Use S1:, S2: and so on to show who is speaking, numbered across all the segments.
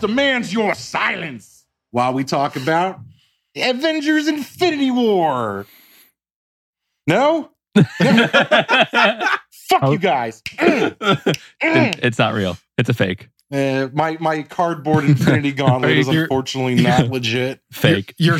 S1: demands your silence while we talk about Avengers Infinity War. No? Fuck you guys.
S2: It- it's not real. It's a fake.
S1: Uh, my my cardboard Infinity Gauntlet is
S3: You're-
S1: unfortunately not legit.
S2: Fake.
S3: Your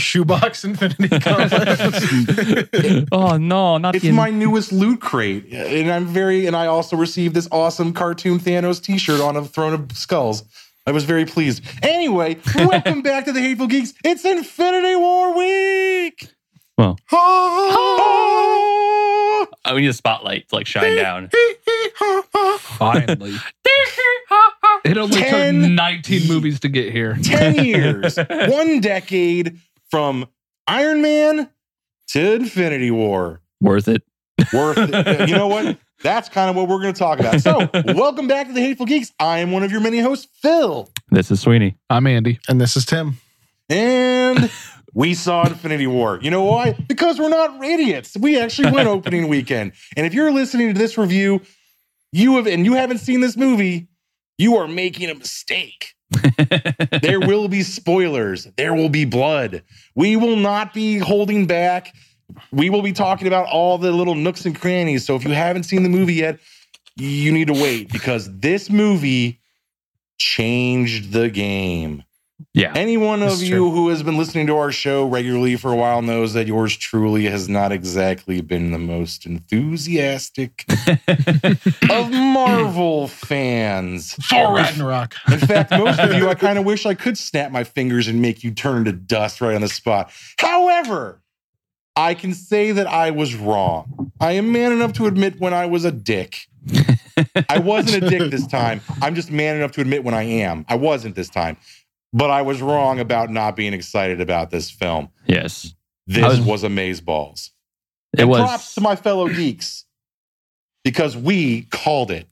S3: shoebox infinity gauntlet.
S2: oh no, not
S1: It's
S2: the.
S1: my newest loot crate, and I'm very and I also received this awesome cartoon Thanos T-shirt on a throne of skulls. I was very pleased. Anyway, welcome back to the Hateful Geeks. It's Infinity War week.
S2: Well.
S1: Oh.
S2: I need a spotlight to like shine down.
S3: Finally.
S4: It only took
S1: Ten
S4: 19 movies to get here.
S1: 10 years, one decade from Iron Man to Infinity War.
S2: Worth it.
S1: Worth it. You know what? That's kind of what we're going to talk about. So, welcome back to the Hateful Geeks. I am one of your many hosts, Phil.
S2: This is Sweeney.
S4: I'm Andy.
S3: and this is Tim.
S1: And we saw Infinity War. You know why? Because we're not idiots. We actually went opening weekend. And if you're listening to this review, you have and you haven't seen this movie, you are making a mistake. there will be spoilers. There will be blood. We will not be holding back. We will be talking about all the little nooks and crannies. So if you haven't seen the movie yet, you need to wait because this movie changed the game.
S2: Yeah.
S1: Any one of
S3: It's
S1: you
S3: true.
S1: who has been listening to our show regularly for a while knows that yours truly has not exactly been the most enthusiastic of Marvel fans.
S3: Thor Ragnarok.
S1: In fact, most of you, I kind of wish I could snap my fingers and make you turn to dust right on the spot. However, I can say that I was wrong. I am man enough to admit when I was a dick. I wasn't a dick this time. I'm just man enough to admit when I am. I wasn't this time. But I was wrong about not being excited about this film.
S2: yes. I
S1: This
S2: was-
S1: was, amazeballs.
S2: It
S1: And
S2: was.
S1: props to my fellow geeks because we called it.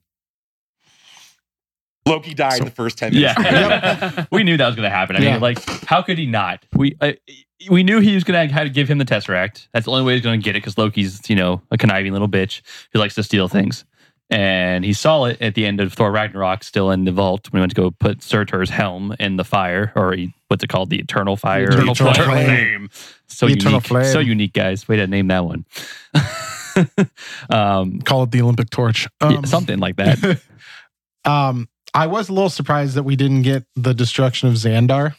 S1: Loki died in the first 10 minutes.
S2: Yeah, we knew that was going to happen. I
S3: Yeah.
S2: mean, like, how could he not? We uh, we knew he was going to have to give him the tesseract. That's the only way he's going to get it because Loki's you know a conniving little bitch who likes to steal things. And he saw it at the end of Thor Ragnarok, still in the vault when he went to go put Surtur's helm in the fire, or he, what's it called, the Eternal Fire,
S3: The
S2: or
S3: Eternal Flame.
S2: So
S3: The Eternal
S2: unique, so
S3: Flame.
S2: unique, guys. Way to name that one. um,
S3: Call it the Olympic torch.
S2: yeah,
S3: Um,
S2: something like that.
S3: um, I was a little surprised that we didn't get the destruction of Xandar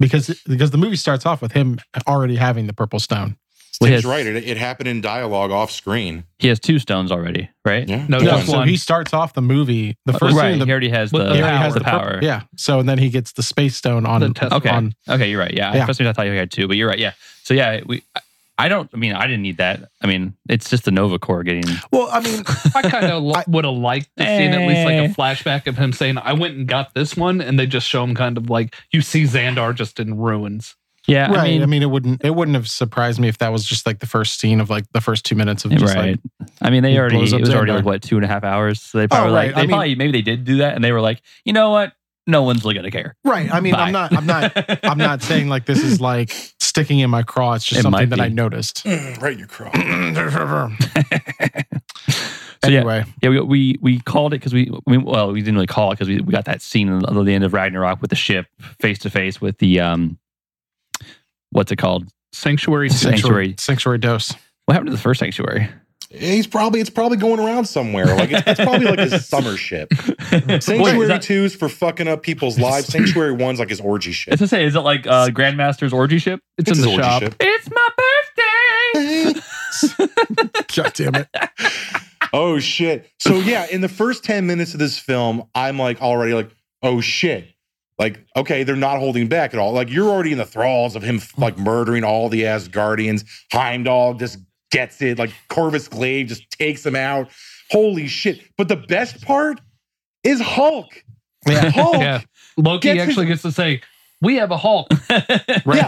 S3: because because the movie starts off with him already having the purple stone.
S2: Well, he
S1: Tim's
S2: has-
S1: right. It, it happened in dialogue off screen.
S2: He has two stones already, right?
S1: Yeah.
S4: No,
S1: Good
S3: Yeah,
S4: just
S3: so
S4: one.
S3: he starts off the movie the first
S2: Oh, right.
S3: thing the,
S2: he already has the,
S4: But
S2: the
S4: he
S3: he
S2: power.
S3: already has
S4: the
S3: purple- yeah, so and then he gets the space stone on
S4: The test-
S2: Okay.
S3: on
S2: Okay, you're right. Yeah,
S3: Yeah.
S2: I first I thought you had two, but you're right. Yeah. So yeah, we. I- I don't. I mean, I didn't need that. I mean, it's just the Nova Corps getting.
S3: Well, I mean,
S4: I kind of
S3: I-
S4: would have liked to see at least like a flashback of him saying, I went and got this one. And they just show him kind of like, you see Xandar just in ruins.
S2: Yeah,
S3: right?
S2: I mean,
S3: it wouldn't it wouldn't have surprised me if that was just like the first scene of like the first two minutes of just
S2: right.
S3: like
S2: I mean, they
S3: he
S2: already.
S3: blows
S2: It
S3: up
S2: was already
S3: Xandar.
S2: like what two and a half hours. So they probably
S3: Oh, right,
S2: like they
S3: I mean-
S2: probably maybe they did do that, and they were like, you know what, no one's gonna care.
S3: right. I mean,
S2: Bye.
S3: I'm not I'm not I'm not saying like this is like sticking in my craw. It's just
S2: It
S3: something
S2: might
S3: that I
S2: be.
S3: noticed.
S1: right, you crow.
S2: So yeah,
S3: anyway,
S2: Yeah, we we, we called it because we, we well we didn't really call it because we, we got that scene at the end of Ragnarok with the ship face to face with the um, what's it called?
S4: Sanctuary two.
S2: Sanctuary.
S3: sanctuary dose.
S2: What happened to the first sanctuary?
S1: He's probably it's probably going around somewhere. Like it's, it's probably like his summer ship. Sanctuary
S2: Wait, is that-
S1: two's for fucking up people's lives. Sanctuary one's like his orgy ship.
S2: It's to say, is it like uh, Grandmaster's orgy ship?
S4: It's,
S1: his
S4: in the
S1: orgy
S4: shop.
S1: ship.
S2: It's my birthday.
S3: God damn it.
S1: Oh shit. So yeah, in the first 10 minutes of this film, I'm like already like, oh shit. Like, okay, they're not holding back at all. Like you're already in the thralls of him like murdering all the Asgardians. Heimdall just gets it. Like Corvus Glaive just takes him out. Holy shit. But the best part is Hulk.
S3: Yeah.
S1: Hulk.
S4: Yeah. Loki
S1: Gets his-
S4: actually gets to say, we have a Hulk
S1: Yeah,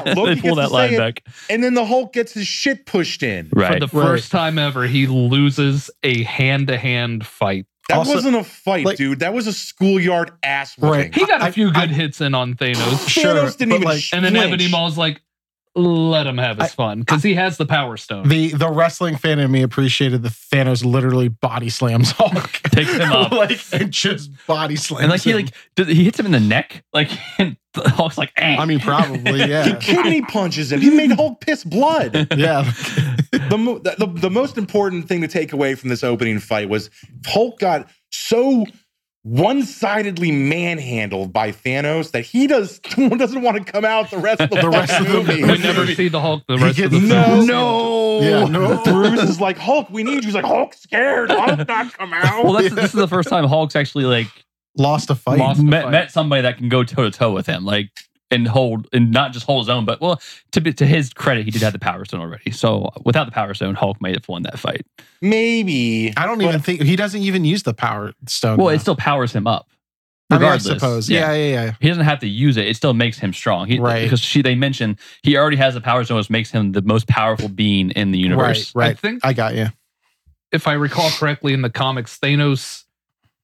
S1: Loki
S2: they
S1: gets
S2: pull that
S1: to
S2: line
S1: say it.
S2: back.
S1: And then the Hulk gets his shit pushed in.
S2: Right.
S4: for the
S3: Right.
S4: first time ever. He loses a hand to hand fight.
S1: That
S3: Also-
S1: wasn't a fight,
S3: like-
S1: dude. That was a schoolyard ass whooping.
S3: Right.
S4: He got a
S3: I-
S4: few
S3: I-
S4: good hits in on Thanos.
S1: Thanos didn't
S3: but
S1: even
S3: like-
S4: And then
S1: flinch.
S4: Ebony Maw's like, let him have his fun because he has the power stone.
S3: The the wrestling fan in me appreciated the Thanos literally body slams Hulk.
S2: Takes him up.
S3: like and just body slams.
S2: and like he
S3: him.
S2: like does, he hits him in the neck, like and Hulk's like, eh.
S3: I mean, probably
S1: He
S3: yeah,
S1: kidney punches him. He made Hulk piss blood.
S3: yeah.
S1: The, mo- the, the, the most important thing to take away from this opening fight was Hulk got so one sidedly manhandled by Thanos that he does, doesn't want to come out the rest of the,
S3: The rest of the
S1: movie.
S3: movie.
S4: We never see the Hulk the
S3: He
S4: rest of the
S3: gets-
S4: film.
S1: No,
S3: No. Yeah, no.
S1: Bruce is like, Hulk, we need you. He's like, Hulk's scared. Hulk not come out.
S2: well, that's, this is the first time Hulk's actually like
S3: Lost a fight.
S4: Lost- the
S2: met,
S4: fight.
S2: met somebody that can go toe to toe with him, like and hold and not just hold his own, but well, to be, to his credit, he did have the power stone already. So without the power stone, Hulk might have won that fight.
S1: Maybe.
S3: I don't even think he doesn't even use the power stone.
S2: Well,
S3: though.
S2: it still powers him up.
S3: I, mean, I
S2: Regardless,
S3: suppose. Yeah, yeah, yeah.
S2: he doesn't have to use it; it still makes him strong. He,
S3: Right.
S2: Because she, they mentioned he already has the power stone, which makes him the most powerful being in the universe.
S4: I
S3: Right.
S4: think
S3: I got you.
S4: if I recall correctly in the comics, Thanos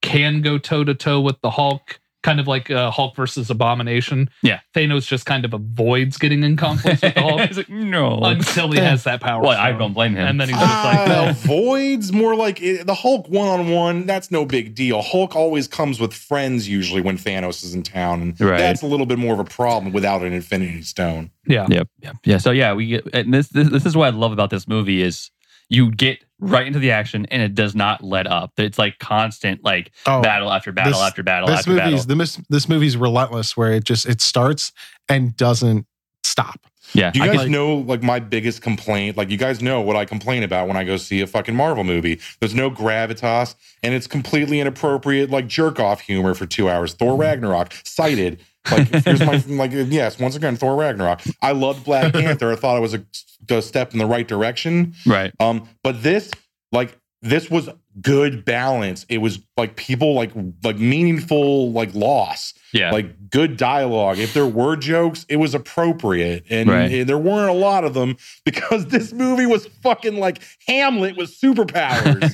S4: can go toe to toe with the Hulk, kind of like uh, Hulk versus Abomination.
S2: Yeah.
S4: Thanos just kind of avoids getting in conflict with the Hulk
S2: He's like, no.
S4: until he
S3: Yeah.
S4: has that power.
S2: well, I
S4: stone.
S2: don't blame him.
S4: And then he's just like,
S1: Uh, voids more like it, the Hulk one on one. That's no big deal. Hulk always comes with friends usually when Thanos is in town, and
S2: Right.
S1: that's a little bit more of a problem without an Infinity Stone.
S4: yeah.
S2: Yep, yep, yeah. So yeah, we get and this, this this is what I love about this movie is you get right into the action and it does not let up. It's like constant like
S3: Oh,
S2: battle after battle
S3: this-
S2: after battle
S3: this
S2: after
S3: movie's
S2: battle.
S3: the mis- this movie's relentless, where it just it starts and doesn't stop.
S2: Yeah,
S1: Do you
S2: I
S1: guys
S2: guess-
S1: know like my biggest complaint? Like you guys know what I complain about when I go see a fucking Marvel movie. There's no gravitas, and it's completely inappropriate like jerk off humor for two hours. Thor Ragnarok cited. Like here's my like yes once again Thor Ragnarok. I loved Black Panther. I thought it was a, a step in the right direction.
S2: right.
S1: Um, but this, like, this was good balance. It was like people like like meaningful like loss,
S2: Yeah,
S1: like good dialogue. If there were jokes, it was appropriate, and,
S2: Right.
S1: and there weren't a lot of them because this movie was fucking like Hamlet with superpowers.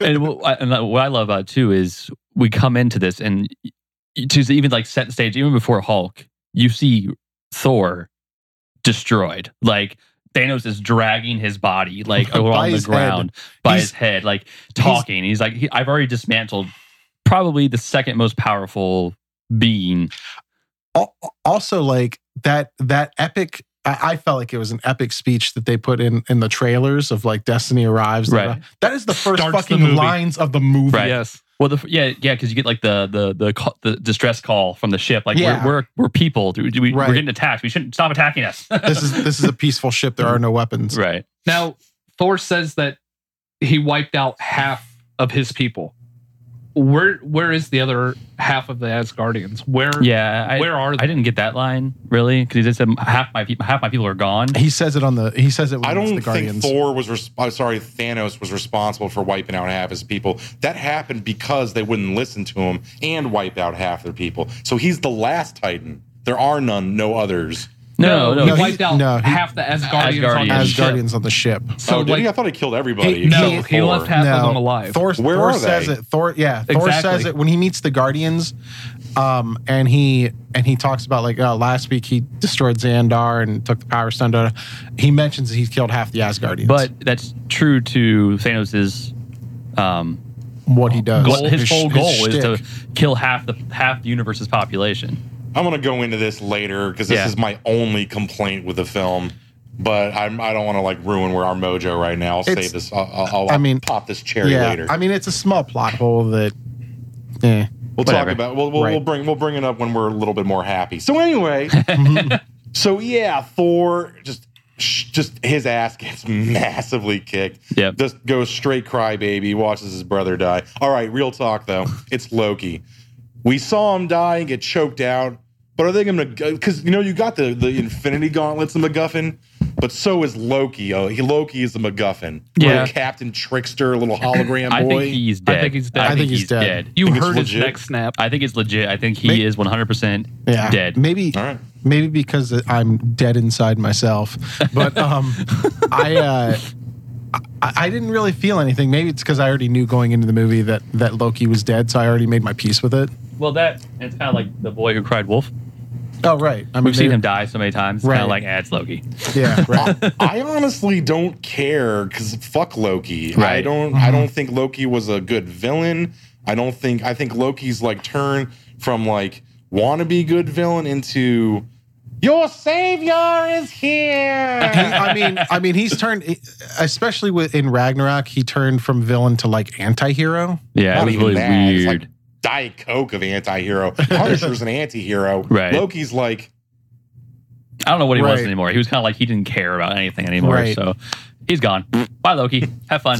S2: and what I, and what I love about it too is we come into this and to even like set the stage even before Hulk, you see Thor destroyed. Like Thanos is dragging his body like
S3: By
S2: along the
S3: his head.
S2: ground by
S3: He's-
S2: his head, like talking. He's, like, he, I've already dismantled probably the second most powerful being.
S3: Al- Also, like that that epic. I I felt like it was an epic speech that they put in in the trailers of like Destiny arrives.
S2: Right.
S3: That is the first
S4: Starts the
S3: fucking
S4: movie.
S3: lines of the movie.
S2: Right.
S4: Yes.
S2: Well, the yeah, yeah, because you get like the the the call, the distress call from the ship. Like
S3: Yeah.
S2: we're, we're we're people. Dude, we,
S3: Right.
S2: We're getting attacked. We shouldn't stop attacking us.
S3: This is this is a peaceful ship. There are no weapons.
S2: right.
S4: Now, Thor says that he wiped out half of his people. Where where is the other half of the Asgardians? Where
S2: Yeah. I,
S4: where are they?
S2: I didn't get that line really because he just said half my people half my people are gone.
S3: He says it on the he says it. When
S1: I
S3: it's
S1: don't
S3: the
S1: think
S3: Guardians.
S1: Thor was. Res- oh, sorry, Thanos was responsible for wiping out half his people. That happened because they wouldn't listen to him and wipe out half their people. So he's the last Titan. There are none, no others.
S2: No, no.
S4: he
S3: no, he-
S4: wiped out
S3: no, he-
S4: half the Asgardians. on
S2: Asgardians.
S4: the
S3: as
S4: ship.
S3: Guardians on the ship.
S1: So
S4: So
S1: oh, did
S4: like,
S1: he? I thought he killed everybody.
S3: He-
S1: except
S4: no,
S1: for
S4: he
S1: Thor.
S4: left half of them alive.
S3: Thor,
S1: Where
S3: Thor
S1: are
S3: says
S1: they?
S3: it. Thor, yeah, Thor
S4: Exactly.
S3: says it when he meets the Guardians, um, and he and he talks about like uh, last week he destroyed Xandar and took the power stone. da- da. He mentions that he's killed half the Asgardians,
S2: But that's true to Thanos's um,
S3: what he does,
S2: goal, his whole goal is
S3: shtick.
S2: to kill half the half the universe's population.
S1: I'm gonna go into this later because this
S2: Yeah.
S1: is my only complaint with the film. But I'm, I don't want to like ruin where our mojo right now. I'll
S3: It's-
S1: save this. I'll, I'll, I'll
S3: I mean,
S1: pop this cherry
S3: yeah.
S1: later.
S3: I mean, it's a small plot hole that. eh. Yeah.
S1: We'll
S2: Whatever.
S1: talk about we'll we'll, we'll
S3: Right.
S1: bring we'll bring it up when we're a little bit more happy. So anyway, so yeah, Thor just sh- just his ass gets massively kicked.
S2: Yep.
S1: Just goes straight crybaby, watches his brother die. All right, real talk though. It's Loki. We saw him die and get choked out, but are they going to? Because you know you got the the Infinity Gauntlets, the MacGuffin, but so is Loki. Oh, he Loki is the MacGuffin.
S2: Yeah.
S1: Little Captain Trickster, little hologram
S2: I
S1: boy.
S2: think he's
S4: I
S2: dead.
S4: think he's dead.
S2: I think he's dead.
S4: you
S1: think it's
S4: heard his
S1: legit.
S4: neck snap.
S2: I think it's legit. I think he
S3: May-
S2: is 100 percent
S3: Yeah.
S2: dead.
S3: Maybe
S1: All right.
S3: maybe because I'm dead inside myself. But um, I, uh, I I didn't really feel anything. Maybe it's because I already knew going into the movie that that Loki was dead, so I already made my peace with it.
S2: Well, that it's kind of like the boy who cried wolf.
S3: Oh, right. I mean,
S2: We've seen
S3: they-
S2: him die so many times. Kind
S3: Right.
S2: of like adds Loki.
S3: Yeah, right.
S1: I, I honestly don't care because fuck Loki. I
S2: Right. Mm-hmm.
S1: don't. I don't think Loki was a good villain. I don't think. I think Loki's like turn from like wannabe good villain into your savior is
S3: He-
S1: here.
S3: I mean, I mean, he's turned, especially with in Ragnarok, he turned from villain to like anti-hero.
S2: Yeah,
S1: Not
S2: it was
S1: even
S2: really
S1: that, it's like-
S2: weird.
S1: Diet Coke of anti-hero. Punisher's an anti-hero.
S2: Right.
S1: Loki's like
S2: I don't know what he was
S3: Right.
S2: anymore. He was kind of like he didn't care about anything anymore.
S3: Right.
S2: So he's gone. Bye, Loki. Have fun.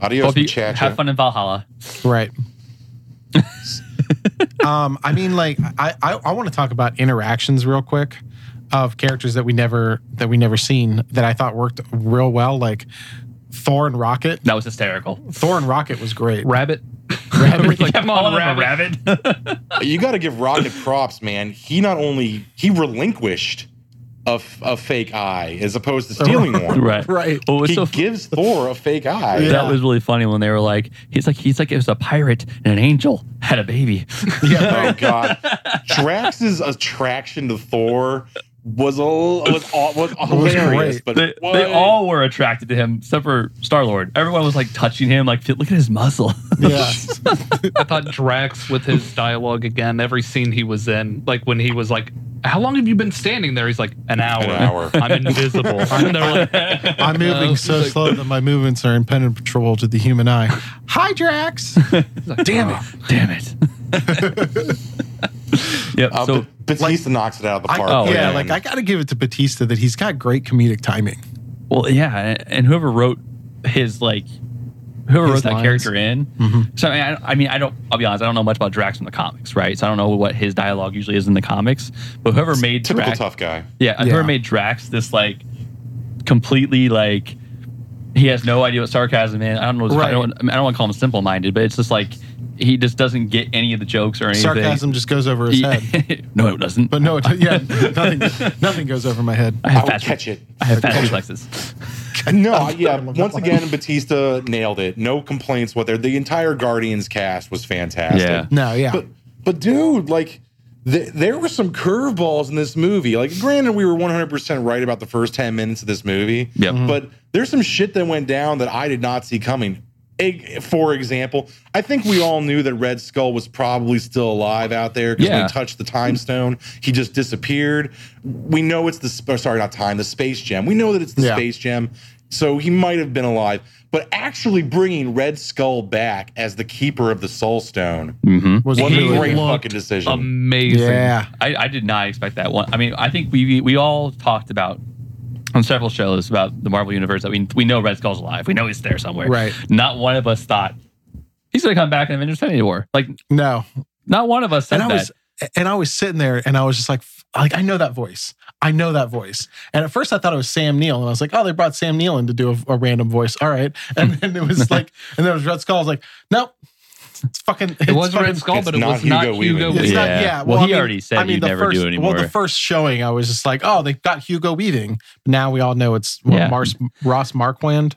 S1: adios,
S2: Hope you-
S1: muchacho.
S2: have fun in Valhalla.
S3: Right. um, I mean, like, I I, I want to talk about interactions real quick of characters that we never that we never seen that I thought worked real well, like Thor and Rocket.
S2: That was hysterical.
S3: Thor and Rocket was great.
S4: Rabbit.
S2: Rabbit.
S4: Like,
S2: Come
S4: calling
S2: on,
S4: him a
S2: rabbit.
S1: you got to give Rocket props, man. He not only he relinquished a, f- a fake eye as opposed to stealing one.
S2: right.
S3: Right.
S2: Well, it was
S1: He
S2: so fu-
S1: gives Thor a fake eye.
S3: Yeah.
S2: That was really funny when they were like, he's like, he's like, it was a pirate and an angel had a baby.
S3: Yeah.
S1: Oh god, Drax's attraction to Thor was a was aw- was hilarious,
S3: great.
S1: but
S2: they,
S1: what?
S2: they all were attracted to him except for Star Lord. Everyone was like touching him, like, look at his muscle.
S3: Yeah.
S4: I thought Drax with his dialogue again, every scene he was in, like when he was like, How long have you been standing there? He's like, An hour.
S1: An hour.
S4: I'm invisible. And they're like,
S3: I'm moving
S4: Uh,
S3: so
S4: he's like-
S3: slow that my movements are impenetrable to the human eye. Hi, Drax.
S4: he's like, Damn it.
S2: Damn it. yep.
S1: Uh,
S2: so
S1: but Batista knocks it out of the
S3: I,
S1: park.
S2: Oh,
S3: yeah,
S1: man.
S3: like I got to give it to Batista that he's got great comedic timing.
S2: Well, yeah, a- and whoever wrote his like, whoever
S3: His
S2: wrote that
S3: lines.
S2: character in.
S3: Mhm.
S2: So I mean, I, I mean, I don't. I'll be honest. I don't know much about Drax from the comics, right? So I don't know what his dialogue usually is in the comics. But whoever made
S1: typical
S2: Drax,
S1: tough guy.
S2: yeah, whoever
S3: Yeah.
S2: made Drax this like completely like he has no idea what sarcasm is. I don't know. I, don't, I don't want to call him simple minded, but it's just like he just doesn't get any of the jokes or anything.
S3: Sarcasm just goes over his
S2: He-
S3: head.
S2: no, it doesn't.
S3: But no, it, yeah, nothing, nothing goes over my head.
S2: I
S1: I
S2: have
S1: will
S2: fast.
S1: catch it.
S2: I have fast reflexes.
S1: No, I- yeah.
S3: I'm
S1: Once again, Batista nailed it. No complaints. What the entire Guardians cast was fantastic.
S2: Yeah.
S3: No, yeah.
S1: But but dude, like th- there were some curveballs in this movie. Like granted we were 100% right about the first 10 minutes of this movie.
S2: Yep. Mhm.
S1: But there's some shit that went down that I did not see coming. Eg- For example, I think we all knew that Red Skull was probably still alive out there because when
S2: Yeah.
S1: he touched the time stone, he just disappeared. We know it's the sp- sorry, not time, the space gem. We know that it's the
S3: Yeah.
S1: space gem, so he might have been alive. But actually, bringing Red Skull back as the keeper of the Soul Stone
S2: Mm-hmm.
S3: was
S1: what a
S4: He
S3: really-
S1: great
S4: looked
S1: fucking decision.
S4: Amazing.
S3: yeah.
S2: I, I did not expect that one. I mean, I think we we all talked about on several shows about the Marvel universe that we we know Red Skull's alive. We know he's there somewhere.
S3: Right.
S2: Not one of us thought he's going to come back in Avengers: Infinity War. Like,
S3: No.
S2: not one of us said
S3: And I
S2: that.
S3: was and I was sitting there and I was just like f- like I know that voice. I know that voice. And at first I thought it was Sam Neill and I was like, "Oh, they brought Sam Neill in to do a, a random voice." All right. And then it was like and then it was Red Skull. I was like, "Nope. It's fucking it's
S4: It was
S3: fucking,
S4: Red Skull,
S1: It's
S4: but it
S1: not
S4: was not
S1: Hugo
S4: Hugo,
S1: Weaving.
S4: Weaving.
S3: It's
S2: Yeah.
S3: not, yeah.
S2: Well, he already said he'd
S3: the
S2: never
S3: first,
S2: do anymore.
S3: Well, the first showing, I was just like, "Oh, they've got Hugo Weaving." Now we all know it's what,
S2: Yeah.
S3: Mars, Ross Marquand.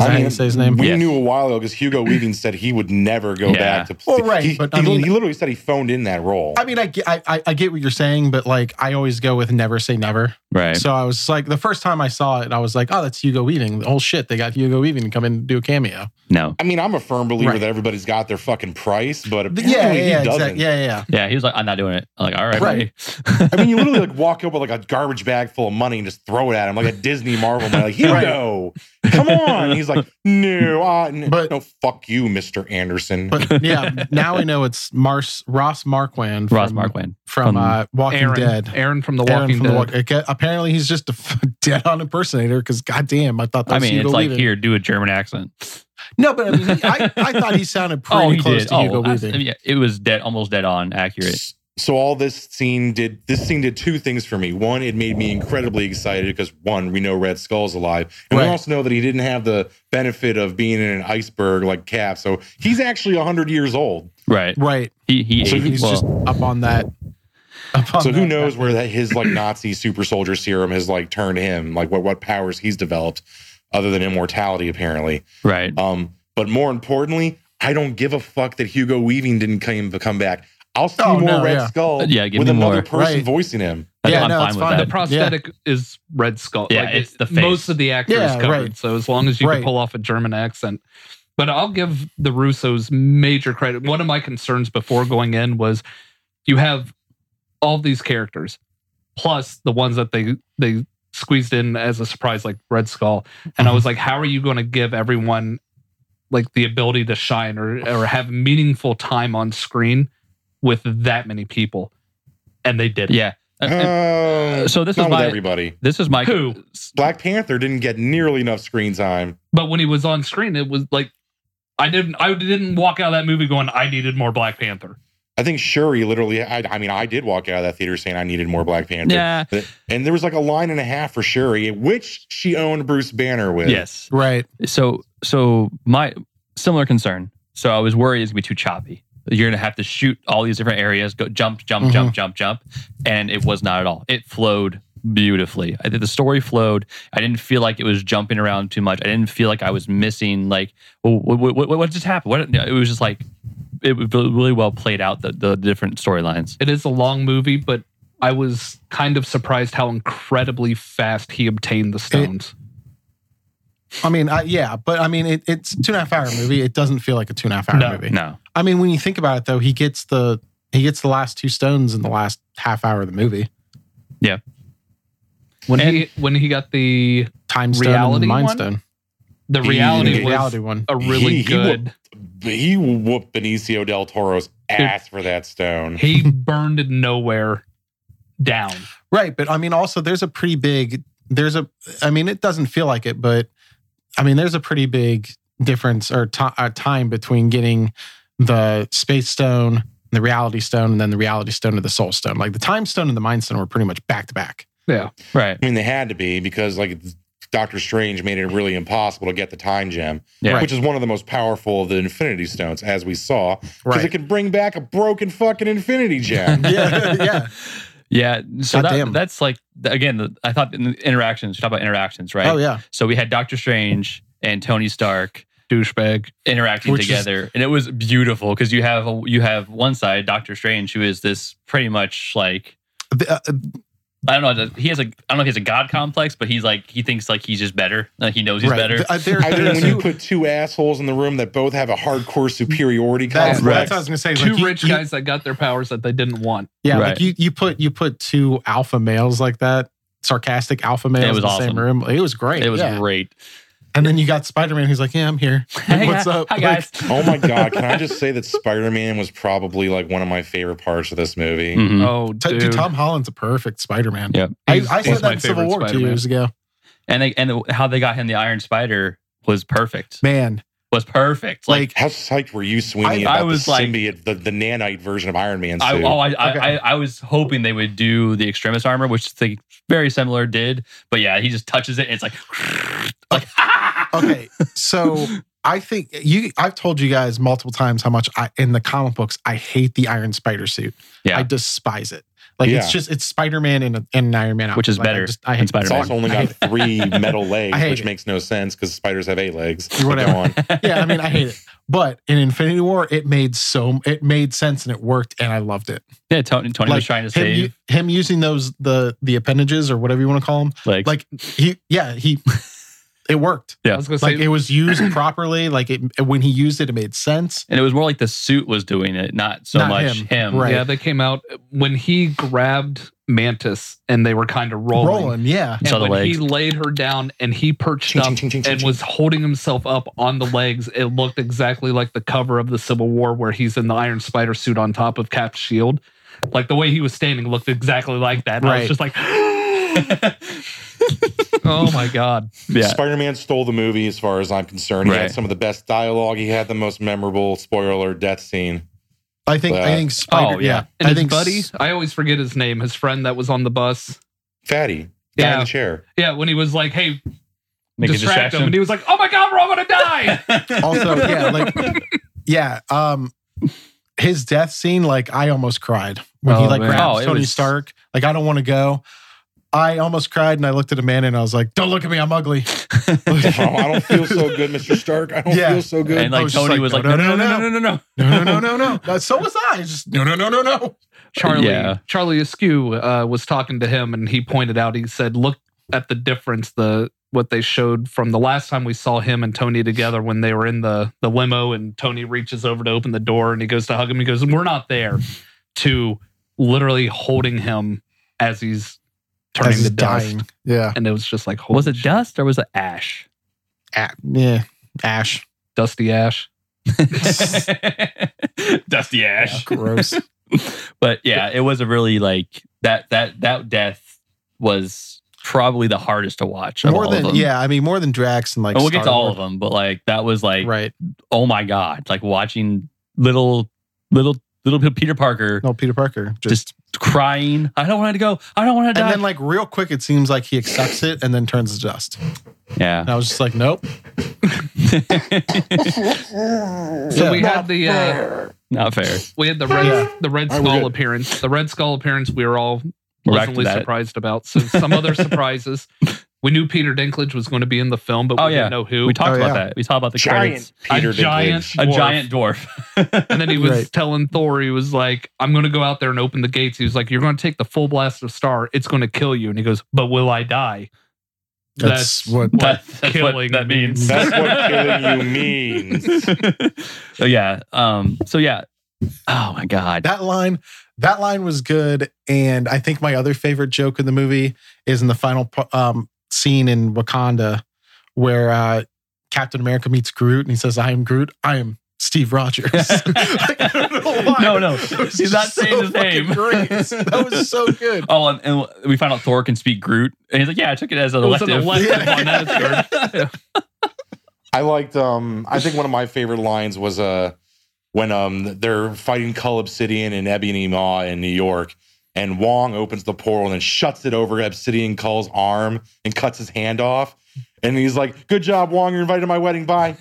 S3: Is that how you say his name?
S1: We
S2: Yes.
S1: knew a while ago because Hugo Weaving said he would never go
S2: Yeah.
S1: back to.
S3: Well, right,
S1: He,
S3: but
S1: he-
S3: I mean-
S1: he literally said he phoned in that role.
S3: I mean, I, ge- I I- I get what you're saying, but like, I always go with never say never.
S2: right.
S3: So I was like, the first time I saw it, I was like, oh, that's Hugo Weaving. Oh shit, they got Hugo Weaving to come in and do a cameo.
S2: no.
S1: I mean, I'm a firm believer
S3: Right.
S1: that everybody's got their fucking price, but apparently
S3: Yeah, yeah, yeah,
S1: he
S3: exact-
S1: doesn't.
S3: yeah, yeah, yeah.
S2: Yeah, he was like, I'm not doing it. I'm like, all right,
S3: Right.
S2: buddy.
S1: I mean, you literally like walk up with like a garbage bag full of money and just throw it at him like a Disney Marvel man. Like Hugo, come on. He's like, no, uh, n-
S3: But-
S1: no, fuck you, Mister Anderson.
S3: But yeah, now we know it's Mars Ross Marquand
S2: Ross
S3: from,
S2: Marquand.
S3: from uh, Walking
S4: Aaron,
S3: Dead.
S4: Aaron from The
S3: Aaron
S4: Walking
S3: from
S4: Dead.
S3: The Walk- okay, apparently, he's just a f- dead-on impersonator because goddamn, I thought that
S2: I
S3: was
S2: mean,
S3: Hugo
S2: it's like
S3: Weaving.
S2: here, do a German accent.
S3: No, but I mean, he- I, I thought he sounded pretty
S2: oh, he
S3: close
S2: did.
S3: to Hugo
S2: Oh, I, I
S3: Weaving.
S2: mean, yeah, it was dead, almost dead on accurate.
S1: S- So all this scene did this scene did two things for me. One, it made me incredibly excited because one, we know Red Skull's alive, and
S3: Right.
S1: we also know that he didn't have the benefit of being in an iceberg like Cap. So he's actually hundred years old.
S2: Right.
S3: Right.
S2: He he.
S1: So
S2: ate-
S3: He's
S2: well,
S3: just up on that. Up
S2: Oh,
S3: on
S1: So who
S3: that-
S1: knows where that his like Nazi super soldier serum has like turned him? Like what what powers he's developed other than immortality apparently.
S2: right.
S1: Um, but more importantly, I don't give a fuck that Hugo Weaving didn't come, come back. I'll see
S3: Oh,
S1: more
S3: no,
S1: Red
S3: yeah.
S1: Skull
S2: Yeah, give
S1: with
S2: me
S1: another
S2: more.
S1: person
S3: Right.
S1: voicing him.
S2: I think
S3: Yeah,
S2: I'm
S3: no,
S2: fine
S3: it's
S2: with
S3: fine.
S2: that.
S4: The prosthetic is Red Skull.
S2: Yeah,
S4: Like,
S2: it's
S4: it-
S2: the face.
S4: Most of the actor is
S3: Yeah,
S4: covered.
S3: right.
S4: So as long as you
S3: Right.
S4: can pull off a German accent. But I'll give the Russos major credit. One of my concerns before going in was you have all these characters, plus the ones that they they squeezed in as a surprise, like Red Skull.
S2: Mm-hmm.
S4: And I was like, how are you going to give everyone like the ability to shine or or have meaningful time on screen with that many people? And they did.
S2: Yeah. And- and
S1: Oh,
S3: Uh,
S2: so this is
S1: not with
S2: my-
S1: everybody.
S2: this is my
S4: Who?
S1: Black Panther didn't get nearly enough screen time.
S4: but when he was on screen, it was like I didn't I didn't walk out of that movie going I needed more Black Panther.
S1: I think Shuri literally. I, I mean, I did walk out of that theater saying I needed more Black Panther.
S2: Yeah.
S1: And there was like a line and a half for Shuri, which she owned Bruce Banner with.
S2: Yes.
S3: Right.
S2: So so my similar concern. So I was worried it's gonna be too choppy. You're gonna have to shoot all these different areas, go jump, jump, jump, jump, jump, and it was not at all. It flowed beautifully. I think the story flowed. I didn't feel like it was jumping around too much. I didn't feel like I was missing like what what, what, what just happened. What it was just like it was really well played out the the different storylines.
S4: It is a long movie, but I was kind of surprised how incredibly fast he obtained the stones.
S3: I mean, I, yeah, but I mean, it, it's a two and a half hour movie. It doesn't feel like a two and a half hour
S4: No.
S3: movie.
S2: No,
S3: I mean, when you think about it, though, he gets the he gets the last two stones in the last half hour of the movie.
S4: when
S2: And-
S4: he when he got the
S3: Time stone and
S4: Reality
S3: the mind
S4: one?
S3: stone.
S4: the
S1: He-
S4: reality
S3: The
S1: it
S4: was
S3: reality one.
S4: a really
S1: He- he will-
S4: good.
S1: But he whooped Benicio del Toro's ass for that stone.
S4: He, burned nowhere down.
S3: Right, but I mean, also there's a pretty big. There's a. I mean, it doesn't feel like it, but I mean, there's a pretty big difference or ti uh, time between getting the space stone, the reality stone, and then the reality stone to the soul stone. Like the time stone and the mind stone were pretty much back to back.
S4: Yeah.
S2: right?
S1: I mean, they had to be because like Doctor Strange made it really impossible to get the time gem,
S2: Yeah.
S1: which is one of the most powerful of the Infinity Stones, as we saw, because it
S3: Right.
S1: can bring back a broken fucking Infinity Gem.
S3: yeah, yeah.
S2: Yeah. So that,
S3: Goddamn.
S2: that's like again. The, I thought in the interactions. We talk about interactions, right?
S3: Oh yeah.
S2: So we had Doctor Strange and Tony Stark
S4: Douchebag.
S2: interacting
S3: Which is-
S2: together, and it was beautiful because you have a, you have one side Doctor Strange who is this pretty much like
S3: The, uh,
S2: I don't know he has a I don't know if he has a god complex, but he's like he thinks like he's just better, like he knows he's
S3: right.
S2: better.
S3: The- uh, there-
S1: I mean,
S3: there's
S1: when you
S3: two-
S1: put two assholes in the room that both have a hardcore superiority
S3: that's,
S1: complex,
S3: that's what I was gonna say. is
S4: Two
S3: like, you-
S4: rich
S3: you-
S4: guys that got their powers that they didn't want.
S3: Yeah,
S2: Right.
S3: like you you put you put two alpha males like that, sarcastic alpha males
S2: was
S3: in the
S2: awesome.
S3: same room. It was great.
S2: it was
S3: yeah.
S2: great.
S3: And then you got Spider Man who's like, Yeah, I'm here.
S2: Hey,
S3: What's
S2: hi-
S3: up?
S2: Hi
S3: Like,
S2: guys.
S1: oh my god! Can I just say that Spider Man was probably like one of my favorite parts of this movie?
S2: Mhm.
S4: Oh,
S3: t- dude,
S4: dude.
S3: Tom Holland's a perfect Spider Man.
S2: Yep.
S3: I,
S4: He's-
S3: I
S4: he's
S3: said
S4: my
S3: that in Civil
S4: favorite
S3: War two
S4: Spider-Man.
S3: years ago.
S2: And they, and how they got him the Iron Spider was perfect.
S3: Man,
S2: Was perfect. Like,
S3: like,
S1: How psyched were you, Sweeney,
S3: I-
S1: about
S2: I was
S1: the
S2: like-
S1: symbiote, the, the nanite version of Iron Man suit?
S2: I, oh, I,
S3: Okay.
S2: I, I, I was hoping they would do the extremist armor, which they very similar did. But yeah, he just touches it and it's like, like
S3: okay. So I think you I've told you guys multiple times how much I in the comic books I hate the Iron Spider suit.
S2: Yeah.
S3: I despise it. Like
S1: Yeah.
S3: it's just it's Spider Man and, a- and an Iron Man outfit.
S2: Which is
S3: Like, I
S2: better
S3: just I
S2: than
S3: hate
S1: it's
S2: Spider-Man.
S1: also only got three metal legs,
S3: hate
S1: which
S3: it.
S1: makes no sense because spiders have eight legs. But
S3: Whatever.
S1: go on.
S3: yeah, I mean, I hate it. But in Infinity War, it made so it made sense and it worked, and I loved it.
S2: yeah, Tony, Tony was
S3: Like,
S2: trying to
S3: Him,
S2: save
S3: u- him using those the the appendages or whatever you want to call them,
S2: like,
S3: like he yeah he it worked.
S2: Yeah.
S4: I was going to say,
S3: Like it was used properly. Like it when he used it, it made sense.
S2: and it was more like the suit was doing it, not so
S3: Not
S2: much him.
S3: him, right.
S4: yeah, they came out when he grabbed Mantis and they were kind of rolling.
S3: Rolling, yeah,
S2: Saw
S4: And
S2: the
S4: when he
S2: legs.
S4: laid her down and he perched
S1: Ching,
S4: up
S1: ching, ching, ching, ching,
S4: and
S1: ching.
S4: was holding himself up on the legs, it looked exactly like the cover of the Civil War where he's in the Iron Spider suit on top of Cap's shield. Like the way he was standing looked exactly like that. And I
S3: Right.
S4: was just like, oh my God.
S2: yeah,
S1: Spider Man stole the movie as far as I'm concerned. He
S2: Right.
S1: had some of the best dialogue. He had the most memorable spoiler alert, death scene.
S3: I think I
S1: Uh,
S3: think Spider.
S2: oh, yeah.
S3: yeah.
S4: And
S3: I
S4: his
S3: think
S4: buddy,
S3: s-
S4: I always forget his name, his friend that was on the bus.
S1: Fatty. Yeah. in
S4: Yeah.
S1: the chair.
S4: Yeah, when he was like, hey,
S2: make a
S4: distract him.
S2: distraction.
S4: And he was like, oh my God, we're all going to die.
S3: Also, yeah, like yeah, um, his death scene. Like I almost cried when
S4: Oh,
S3: he like
S4: man.
S3: grabbed
S2: Oh, it
S3: Tony
S2: was-
S3: Stark. Like I don't want to go. I almost cried and I looked at Amanda and I was like, "Don't look at me, I'm ugly."
S1: Oh, I don't feel so good, Mr. Stark. I don't
S3: Yeah.
S1: feel so good.
S2: And
S3: I
S2: like
S3: was just
S2: Tony
S3: like,
S2: was
S3: no,
S2: like, no, no, no, no, no, no.
S3: no, no, no, no, no. So was I. It's Just no, no, no, no, no.
S4: Charlie
S2: Yeah.
S4: Charlie Askew uh, was talking to him, and he pointed out. He said, "Look at the difference the what they showed from the last time we saw him and Tony together when they were in the the limo, and Tony reaches over to open the door, and he goes to hug him. He goes, "We're not there," to literally holding him as he's turning
S3: As
S4: to
S3: he's
S4: dust.
S3: Yeah,
S4: And it was just like, holy
S2: Was it
S4: shit,
S2: dust or was it ash?
S3: A- yeah. Ash.
S4: Dusty Ash?
S2: Dusty ash.
S3: Gross.
S2: but yeah, it was a really like that that that death was probably the hardest to watch. Of
S3: more
S2: all
S3: than
S2: of them.
S3: yeah, I mean more than Drax and like.
S2: and we'll get to
S3: Star
S2: all
S3: Lord.
S2: of them, but like that was like
S3: Right.
S2: oh my god, like watching little little little Peter Parker
S3: No, Peter Parker just.
S2: just crying. I don't want to go. I don't want to
S3: and
S2: die.
S3: then, like real quick, it seems like he accepts it and then turns to dust. And I was just like, nope.
S2: yeah,
S4: So
S3: Yeah.
S4: we had the uh,
S2: not fair.
S4: we had the red
S3: Yeah.
S4: the red
S1: All right, we're
S4: skull
S1: good.
S4: appearance. The red skull appearance we were all
S2: We're back to
S4: pleasantly
S2: that.
S4: surprised about. So some other surprises. We knew Peter Dinklage was going to be in the film, but
S2: Oh,
S4: we
S2: yeah.
S4: didn't know who.
S2: We talked
S3: Oh,
S2: about
S3: yeah.
S2: that. We talked about the
S1: giant
S2: credits.
S1: Peter
S4: A giant-
S1: Dinklage.
S2: A
S4: Dwarf.
S2: giant dwarf.
S4: and then he was
S3: Right.
S4: telling Thor, he was like, "I'm going to go out there and open the gates." He was like, "You're going to take the full blast of Star. It's going to kill you." And he goes, "But will I die?"
S3: That's, what.
S2: That- that's
S4: killing
S2: what that means.
S4: means.
S1: That's what killing you means.
S2: so yeah. Um. So yeah. Oh my god.
S3: That line, that line was good, and I think my other favorite joke in the movie is in the final pu- um, scene in Wakanda, where uh, Captain America meets Groot, and he says, "I am Groot. I am Steve Rogers." Like, I don't know why.
S2: No, no,
S3: It was
S2: he's not
S3: just
S2: saying his
S3: fucking
S2: name.
S3: Great. That was so good.
S2: Oh, and, and we find out Thor can speak Groot, and he's like, "Yeah, I took it as an
S4: It was an
S2: elective."
S4: elective one. That is good.
S1: I liked. Um, I think one of my favorite lines was uh, when um they're fighting Cull Obsidian and Ebony Maw in New York, and Wong opens the portal and then shuts it over Obsidian Cull's arm and cuts his hand off, and he's like, "Good job, Wong. You're invited to my wedding. Bye."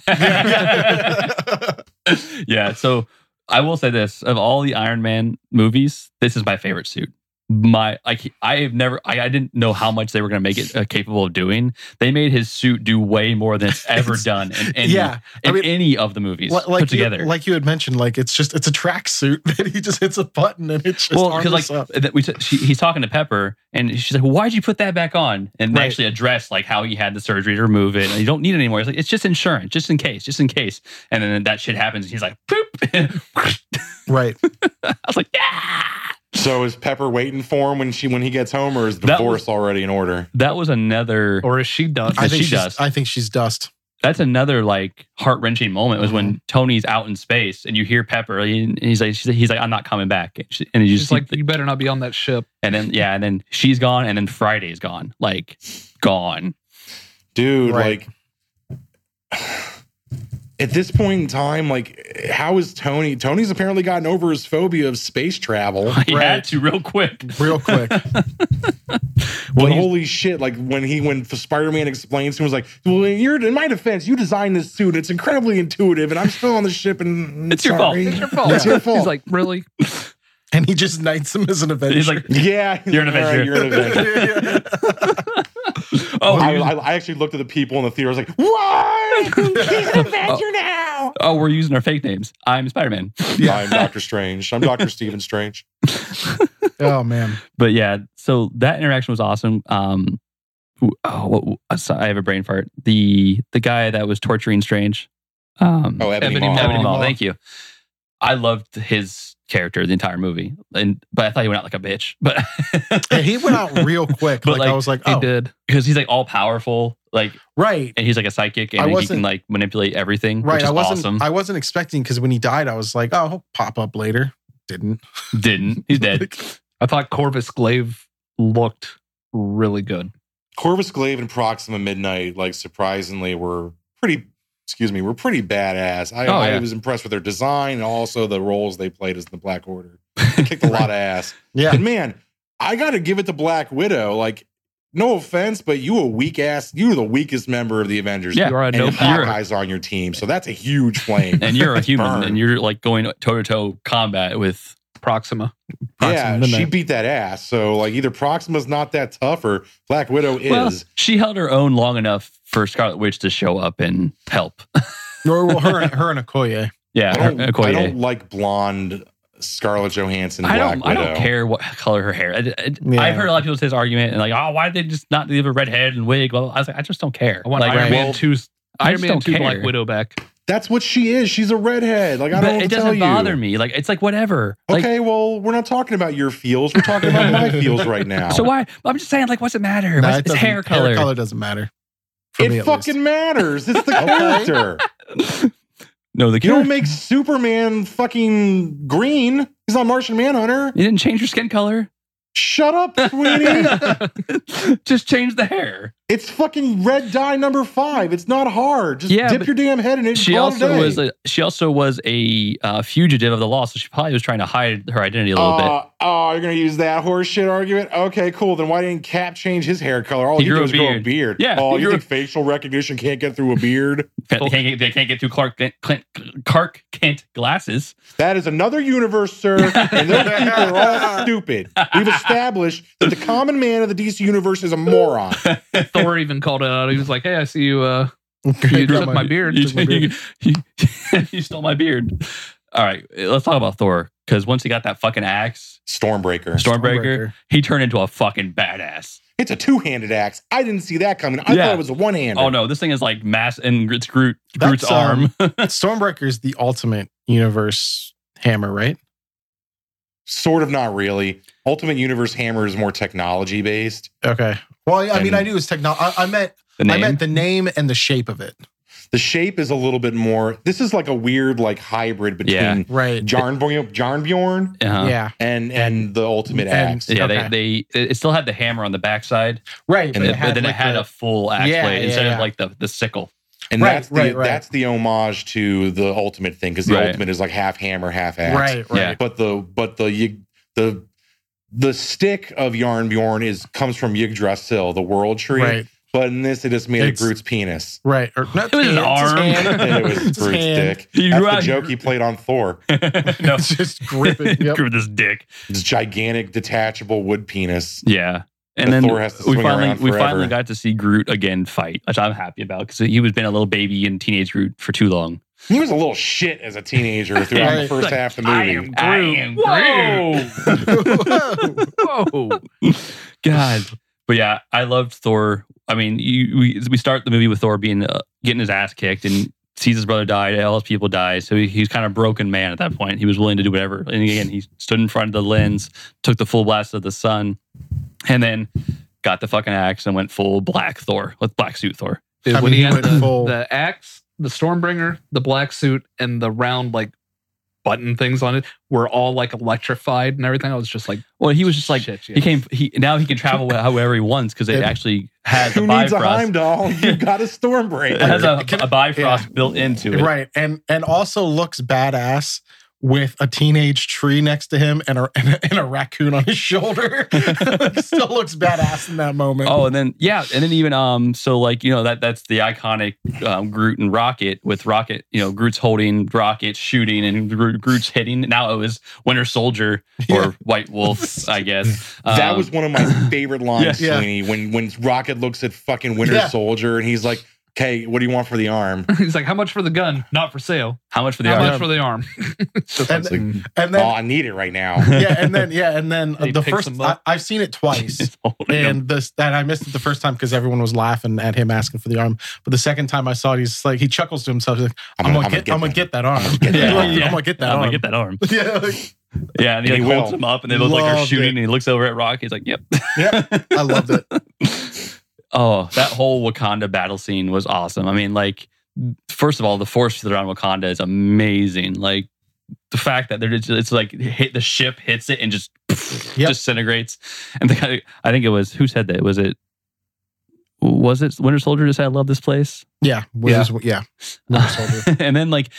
S2: yeah. So I will say this: of all the Iron Man movies, this is my favorite suit. My like, I have never, I, I didn't know how much they were going to make it uh, capable of doing. They made his suit do way more than it's ever
S3: It's-
S2: done in any,
S3: yeah, I
S2: in
S3: mean,
S2: any of the movies
S3: Li- like
S2: put together.
S3: You, like you had mentioned, like it's just it's a tracksuit that he just hits a button and it's just
S2: well,
S3: arms
S2: because like
S3: up.
S2: that we t- she, he's talking to Pepper, and she's like, well, "Why'd you put that back on?" And they
S3: Right.
S2: actually address like how he had the surgery to remove it, and you don't need it anymore. It's like it's just insurance, just in case, just in case. And then that shit happens, and he's like, "Poop!" I
S3: Right.
S2: was like, "Yeah."
S1: So is Pepper waiting for him when she when he gets home, or is
S2: That
S1: divorce already in order?
S2: That was another.
S4: or is she done?
S3: I think
S2: she
S3: she's,
S2: does.
S3: I think she's dust.
S2: That's another like heart wrenching moment was
S3: Mm-hmm.
S2: when Tony's out in space and you hear Pepper and he's like, she's, he's like, I'm not coming back. And, she, and you
S4: She's
S2: just like,
S4: like, "You better not be on that ship."
S2: and then yeah, and then she's gone, and then Friday's gone, like gone.
S1: dude
S3: Right.
S1: like at this point in time like how is tony tony's apparently gotten over his phobia of space travel
S2: He
S3: Right.
S2: had to real quick.
S3: Real quick.
S1: but
S2: he's-
S1: holy shit like when he when spider-man explains he was like well in your in my defense you designed this suit it's incredibly intuitive and i'm still on the ship and
S2: It's your fault. It's
S1: your fault Oh, it's your fault
S4: He's like, "Really?"
S3: and he just knights him as an Avenger.
S2: He's like,
S1: yeah
S2: You're an
S1: All right,
S2: Avenger.
S1: you're an Avenger.
S2: oh,
S1: I,
S2: you-
S1: I, I actually looked at the people in the theater. I was like, "What? He's an Avenger now."
S2: oh, we're using our fake names. I'm Spider Man.
S1: I'm Doctor Strange. I'm Doctor Stephen Strange.
S3: oh man.
S2: But yeah, so that interaction was awesome. Um, who- oh, what, what- I'm sorry, I have a brain fart. The the guy that was torturing Strange. Um,
S1: Oh, Ebony,
S4: Ebony
S1: Maw.
S4: Maw.
S2: Ebony Maw,
S3: Maw.
S2: Thank you. I loved his character the entire movie, and but I thought he went out like a bitch, but
S3: Yeah, he went out real quick.
S2: But,
S3: Like, I
S2: like,
S3: was like,
S4: He
S3: oh,
S4: did.
S2: because he's like all powerful, like
S3: right,
S2: and he's like a psychic,
S3: I
S2: and he can
S3: wasn't-
S2: like manipulate everything,
S3: right.
S2: which is
S3: I wasn't
S2: awesome.
S3: I wasn't expecting because when he died, I was like, oh, he'll pop up later. Didn't.
S2: Didn't he's dead?
S3: Like,
S4: I thought Corvus Glaive looked really good.
S1: Corvus Glaive and Proxima Midnight, like surprisingly, were pretty. Excuse me, were pretty badass. I,
S2: Oh,
S1: I
S2: yeah.
S1: was impressed with their design and also the roles they played as the Black Order. They kicked a lot of ass.
S3: yeah.
S1: And man, I got to give it to Black Widow. Like, no offense, but you a weak ass. You were the weakest member of the Avengers.
S2: Yeah,
S4: You are a
S1: and
S4: no
S1: the
S2: you're-
S1: Hawkeye's on your team, so that's a huge flame.
S2: and you're a human,
S1: Burn.
S2: and you're like going toe to toe combat with
S4: Proxima.
S1: yeah,
S3: Proxima
S1: she
S3: Midnight.
S1: beat that ass. So like either Proxima's not that tough or Black Widow is.
S2: Well, she held her own long enough for Scarlet Witch to show up and help.
S3: Or well, her, and- her and Okoye.
S2: Yeah,
S1: I, don't,
S2: her- Okoye.
S1: I don't like blonde Scarlett Johansson.
S2: I
S1: Black
S2: don't, I
S1: Widow.
S2: don't care what color her hair. I, I,
S3: Yeah.
S2: I've heard a lot of people say this argument and like, oh, why did they just not leave a red head and wig? Well, I was like, I just don't care.
S4: I want
S2: like,
S4: Iron
S1: right.
S4: Man
S1: Well,
S4: 2
S2: I
S4: Iron
S2: just
S4: Man
S2: don't
S4: 2 Black
S2: care.
S4: Widow back.
S1: That's what she is. She's a redhead. Like I don't.
S2: but
S1: know
S2: it
S1: what to tell
S2: doesn't
S1: you.
S2: bother me. Like, it's like whatever. Like,
S1: okay, well, we're not talking about your feels. We're talking about my feels right now.
S2: so why? I'm just saying, like, what's it matter?
S3: No, it
S2: it's
S3: doesn't-
S2: hair color.
S3: color doesn't matter. For me,
S1: it
S3: at
S1: fucking
S3: least.
S1: matters. It's the character.
S2: No, the
S1: you don't
S2: character.
S1: make Superman fucking green. He's not Martian Manhunter.
S2: You didn't change your skin color.
S1: Shut up, sweetie.
S2: just change the hair.
S1: it's fucking red dye number five. It's not hard. Just
S2: Yeah,
S1: dip
S2: but
S1: your damn head in it. and
S2: She
S1: call it a
S2: also
S1: day.
S2: was a, she also was a uh, fugitive of the law, so she probably was trying to hide her identity a little bit.
S1: Uh, oh, you're gonna use that horse shit argument? Okay, cool. Then why didn't Cap change his hair color? All
S2: He
S1: he,
S2: grew
S1: did
S2: a
S1: was grow a
S2: beard.
S1: beard.
S2: Yeah,
S1: Oh,
S2: he
S1: you
S2: grew
S1: think facial recognition can't get through a beard?
S2: They can't get, they can't get through Clark Kent, Clint, Clark Kent glasses.
S1: That is another universe, sir. And those people are all stupid. We've established that the common man of the DC universe is a moron.
S4: Thor even called it out. He was like, hey, I see you. Uh,
S3: You
S4: you
S3: got
S4: took my beard.
S2: You,
S3: Took my
S2: you- you- you stole my beard. All right, let's talk about Thor because once he got that fucking axe,
S1: Stormbreaker.
S2: Stormbreaker,
S3: Stormbreaker.
S2: he turned into a fucking badass.
S1: It's a two-handed axe. I didn't see that coming. I
S2: Yeah.
S1: thought it was a one-handed.
S2: Oh no, this thing is like mass and it's Groot, Groot's
S3: That's,
S2: arm.
S3: um, Stormbreaker is the ultimate universe hammer, right?
S1: Sort of not really. Ultimate Universe Hammer is more technology based.
S3: Okay. Well, I, I mean,
S1: And-
S3: I knew it was technology. I, I meant,
S2: the name.
S3: I meant the name and the shape of it.
S1: The shape is a little bit more. This is like a weird like hybrid between
S2: Yeah.
S3: Right.
S1: Jarnbjorn, Jarnbjorn
S2: Uh-huh.
S3: Yeah.
S1: and and the Ultimate
S3: And-
S1: Axe.
S2: Yeah,
S3: Okay.
S2: they, they it still had the hammer on the backside,
S3: Right.
S2: and
S3: but
S2: then- but then
S3: like,
S2: it had
S3: the-
S2: a full axe
S3: Yeah,
S2: blade
S3: yeah,
S2: instead of
S3: yeah.
S2: like the, the sickle.
S1: And
S3: Right,
S1: that's the
S3: right, right.
S1: that's the homage to the Ultimate thing because the
S2: Right.
S1: Ultimate is like half hammer, half axe.
S3: Right. Right.
S2: Yeah.
S1: but the but the Yig- the the stick of Yarnbjorn is comes from Yggdrasil, the world tree.
S3: Right.
S1: But in this, it just made it
S3: It's-
S1: Groot's penis.
S3: Right. Or, not
S2: It was an
S3: it's his
S2: arm.
S3: hand.
S1: And it was
S3: It's
S1: Groot's
S3: his hand.
S1: dick. That's the joke he played on Thor.
S2: no,
S3: It's just gripping. Yep.
S2: Groot this dick.
S1: This gigantic detachable wood penis.
S2: Yeah. And
S1: That
S2: then
S1: Thor has to
S2: we
S1: swing
S2: finally
S1: around
S2: we finally
S1: forever.
S2: got to see Groot again fight, which I'm happy about because he was been a little baby and teenage Groot for too long.
S1: He was a little shit as a teenager throughout the
S3: Right.
S1: first
S2: Like,
S1: half of the movie.
S2: I am
S3: Whoa.
S4: Whoa.
S2: God, but yeah, I loved Thor. I mean, you, we we start the movie with Thor being uh, getting his ass kicked and sees his brother die, all his people die, so he, he's kind of broken man at that point. He was willing to do whatever, and again, he stood in front of the lens, took the full blast of the sun, and then got the fucking axe and went full black Thor with black suit Thor.
S4: Dude,
S3: I
S4: when
S3: mean,
S4: he
S3: he
S4: had
S3: went
S4: the,
S3: full-
S4: the axe, the Stormbringer, the black suit, and the round like button things on it were all like electrified and everything. I was just like,
S2: Well, he was just like
S4: shit, yeah.
S2: He came. He now he can travel however he wants because it
S3: Yeah.
S2: actually has a
S1: Who needs a
S2: Bifrost.
S1: Heimdall? You got a
S2: It has
S1: Stormbreaker.
S2: a, a Bifrost built into it.
S3: Right. And and also looks badass with a teenage tree next to him and a and a, and a raccoon on his shoulder. Like, still looks badass in that moment.
S2: Oh, and then yeah, and then even um, so like you know that that's the iconic um, Groot and Rocket with Rocket. You know, Groot's holding Rocket, shooting, and Groot, Groot's hitting. Now it was Winter Soldier or
S3: Yeah.
S2: White Wolf, I guess.
S1: That
S2: Um,
S1: was one of my favorite lines,
S3: Yeah.
S1: Sweeney, when when Rocket looks at fucking Winter
S3: Yeah.
S1: Soldier and he's like, Okay, what do you want for the arm?
S4: he's like, how much for the gun? Not for sale.
S2: how much for the
S4: how
S2: arm?
S4: much for the arm? It's just
S3: And-
S4: like, mm.
S3: and
S1: oh,
S3: then
S1: I need it right now.
S3: yeah, and then yeah, and then uh,
S4: He
S3: the
S4: picks
S3: first
S4: him
S3: I,
S4: up.
S3: I've seen it twice.
S2: It's holding him.
S3: And this and I missed it the first time because everyone was laughing at him asking for the arm. But the second time I saw it, he's like he chuckles to himself. He's like, I'm, gonna, get, I'm gonna
S1: that.
S3: get that arm.
S1: get that
S3: Yeah,
S1: arm.
S3: I'm gonna get that
S2: I'm
S3: arm.
S2: gonna get that arm.
S3: yeah, like,
S2: Yeah, and he,
S1: And he
S2: like, holds
S1: will.
S2: him up, and they look like they're
S3: Loved
S2: shooting.
S3: it.
S2: And he looks over at Rocket. He's like, "Yep."
S3: Yep. I loved it.
S2: oh, that whole Wakanda battle scene was awesome. I mean, like, first of all, the force that are on Wakanda is amazing. Like, the fact that they're just, it's like hit the ship hits it and just
S3: Yep.
S2: disintegrates. And the guy, I think it was who said that? Was it? Was it Winter Soldier? Just said, I love this place.
S3: Yeah,
S4: Yeah.
S3: yeah. yeah. Winter Soldier.
S2: and then like,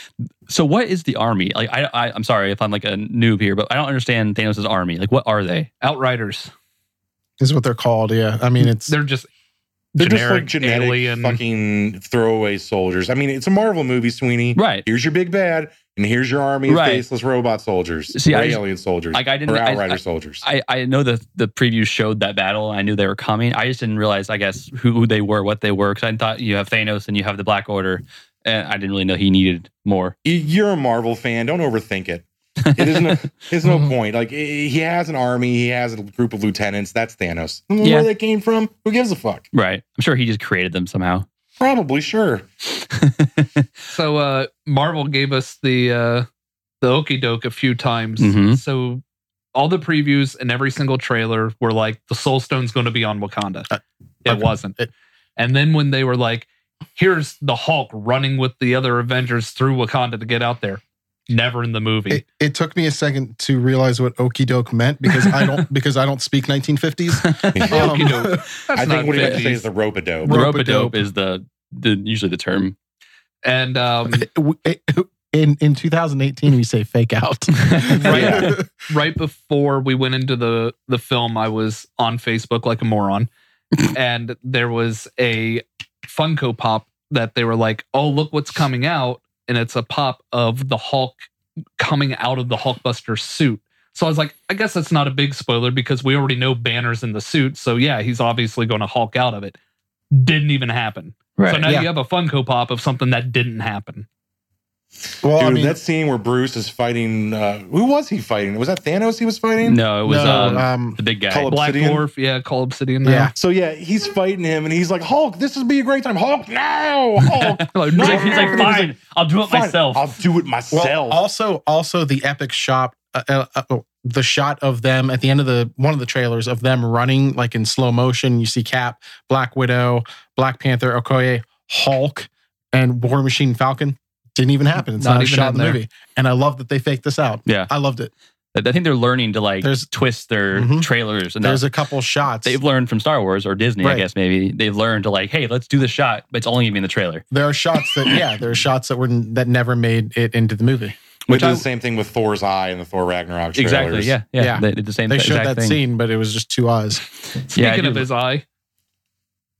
S2: so what is the army? Like, I, I I'm sorry if I'm like a noob here, but I don't understand Thanos' army. Like, what are they?
S4: Outriders.
S3: is what they're called. Yeah, I mean it's
S4: They're just
S1: They're
S4: generic
S1: just like genetic
S4: alien-
S1: fucking throwaway soldiers. I mean, it's a Marvel movie, Sweeney.
S2: Right.
S1: Here's your big bad, and here's your army of
S2: Right.
S1: faceless robot soldiers.
S2: See,
S1: or
S2: I just-
S1: alien soldiers.
S2: Like I didn't.
S1: or
S2: I-
S1: Outrider
S2: I,
S1: soldiers.
S2: I, I know that the preview showed that battle. And I knew they were coming. I just didn't realize, I guess, who, who they were, what they were, because I thought you have Thanos and you have the Black Order, and I didn't really know he needed more.
S1: Y- You're a Marvel fan. Don't overthink it. It isn't. A, there's no
S2: Mm-hmm.
S4: Mhm.
S1: point. Like i- he has an army. He has a group of lieutenants. That's Thanos.
S2: Mm-hmm. Yeah.
S1: Where they came from? Who gives a fuck?
S2: Right. I'm sure he just created them somehow.
S1: Probably sure.
S4: So uh Marvel gave us the uh the okie doke a few times.
S3: Mm-hmm.
S2: Mhm.
S4: So all the previews and every single trailer were like the soul stone's going to be on Wakanda.
S3: Uh,
S4: it
S3: okay.
S4: wasn't.
S3: It-
S4: and then when they were like here's the Hulk running with the other Avengers through Wakanda to get out there. Never in the movie.
S3: It, it took me a second to realize what okie doke meant because I don't because I don't speak 1950s. um,
S4: Okey doke. That's
S1: I think
S4: not
S1: what he meant to say
S4: fifties.
S1: is the rope a dope.
S2: The
S3: Rope-a-dope.
S2: rope a dope is the, the usually the term.
S4: and um
S3: in in 2018, we say fake out.
S1: Yeah.
S4: right before we went into the the film, I was on Facebook like a moron, and there was a Funko Pop that they were like, "Oh, look what's coming out!" and it's a pop of the Hulk coming out of the Hulkbuster suit. So I was like, I guess that's not a big spoiler because we already know Banner's in the suit. So yeah, he's obviously going to Hulk out of it. Didn't even happen.
S2: Right.
S4: So now
S3: Yeah.
S4: you have a Funko Pop of something that didn't happen.
S3: Well,
S1: Dude,
S3: I mean,
S1: that scene where Bruce is fighting. Uh, who was he fighting? Was that Thanos he was fighting?
S2: no, it was
S3: no,
S2: um,
S3: um,
S2: the big guy.
S1: Call it-
S4: Black
S1: Obsidian?
S4: Dwarf, yeah, call Obsidian. now.
S3: yeah.
S1: So yeah, he's fighting him, and he's like, "Hulk, this would be a great time." Hulk, no, Hulk,
S4: Like,
S2: He's
S1: No.
S2: like, he's like, fine, I'll do it
S1: Fine,
S2: myself.
S1: I'll do it
S3: Well,
S1: myself.
S3: also, also the epic shop, uh, uh, uh, oh, the shot of them at the end of the one of the trailers of them running like in slow motion. You see Cap, Black Widow, Black Panther, Okoye, Hulk, and War Machine Falcon. Didn't even happen. It's
S4: Not
S3: not, a
S4: even
S3: shot in
S4: in
S3: the
S4: there.
S3: movie. And I love that they faked this out.
S2: Yeah.
S3: I loved it.
S2: I think they're learning to like
S3: There's-
S2: twist their
S3: Mhm.
S2: trailers and
S3: There's
S2: that.
S3: a couple shots.
S2: They've learned from Star Wars or Disney, I
S3: Right.
S2: guess maybe they've learned to like, hey, let's do the shot, but it's only gonna be in the trailer.
S3: There are shots that yeah, there are shots that were that never made it into the movie.
S1: We
S2: Which
S1: did
S2: I-
S1: the same thing with Thor's eye and the Thor Ragnarok trailers.
S2: Exactly. Yeah, yeah.
S3: Yeah.
S2: They did the same
S3: They
S2: th-
S3: showed
S2: exact
S3: that
S2: thing.
S3: scene, but it was just two eyes.
S2: Yeah, I
S4: Speaking
S2: do
S4: of his eye.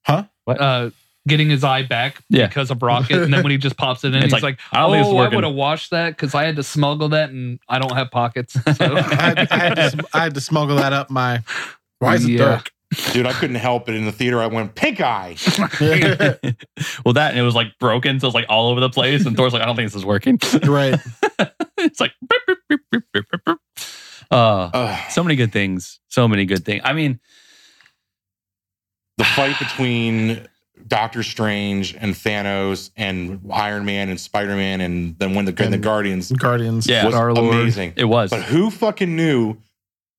S3: Huh?
S2: What?
S4: Uh, getting his eye back
S2: Yeah.
S4: because of Rocket. And then when he just pops it in,
S2: It's
S4: he's
S2: like,
S4: like,
S2: I don't think it's
S4: oh, I
S2: working.
S4: would have washed that because I had to smuggle that and I don't have pockets. So.
S3: I had, I, had to, sm- I had to smuggle that up my. Why is it
S4: Yeah.
S3: dark?
S1: dude, I couldn't help it. In the theater, I went pink eye.
S2: well, that and it was like broken, so it's like all over the place. And Thor's like, I don't think this is working.
S3: right.
S2: it's like, beep, beep, beep, beep, beep, beep, beep. Uh,
S1: Ugh.
S2: so many good things. So many good things. I mean,
S1: the fight between Doctor Strange and Thanos and Iron Man and Spider Man, and then when the and the
S3: And-
S1: Guardians
S3: Guardians.
S2: Yeah.
S1: was
S4: Star-Lord.
S1: amazing.
S2: it was.
S1: But who fucking knew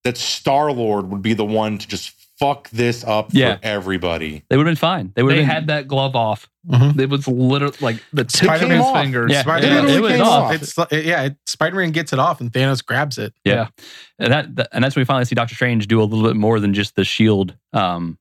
S1: that Star Lord would be the one to just fuck this up
S2: Yeah.
S1: for everybody?
S2: They would have been fine. They would
S4: they
S2: have been,
S4: had that glove off.
S3: Mhm.
S4: It was literally like the tip of
S3: Spider-Man
S4: his
S1: off.
S4: fingers.
S2: Yeah.
S3: Spider-
S1: It literally
S2: it was
S1: came
S2: off.
S1: off.
S3: It's it, yeah. It, Spider-Man gets it off, and Thanos grabs it.
S2: Yeah. And that, that- and that's when we finally see Doctor Strange do a little bit more than just the shield, um,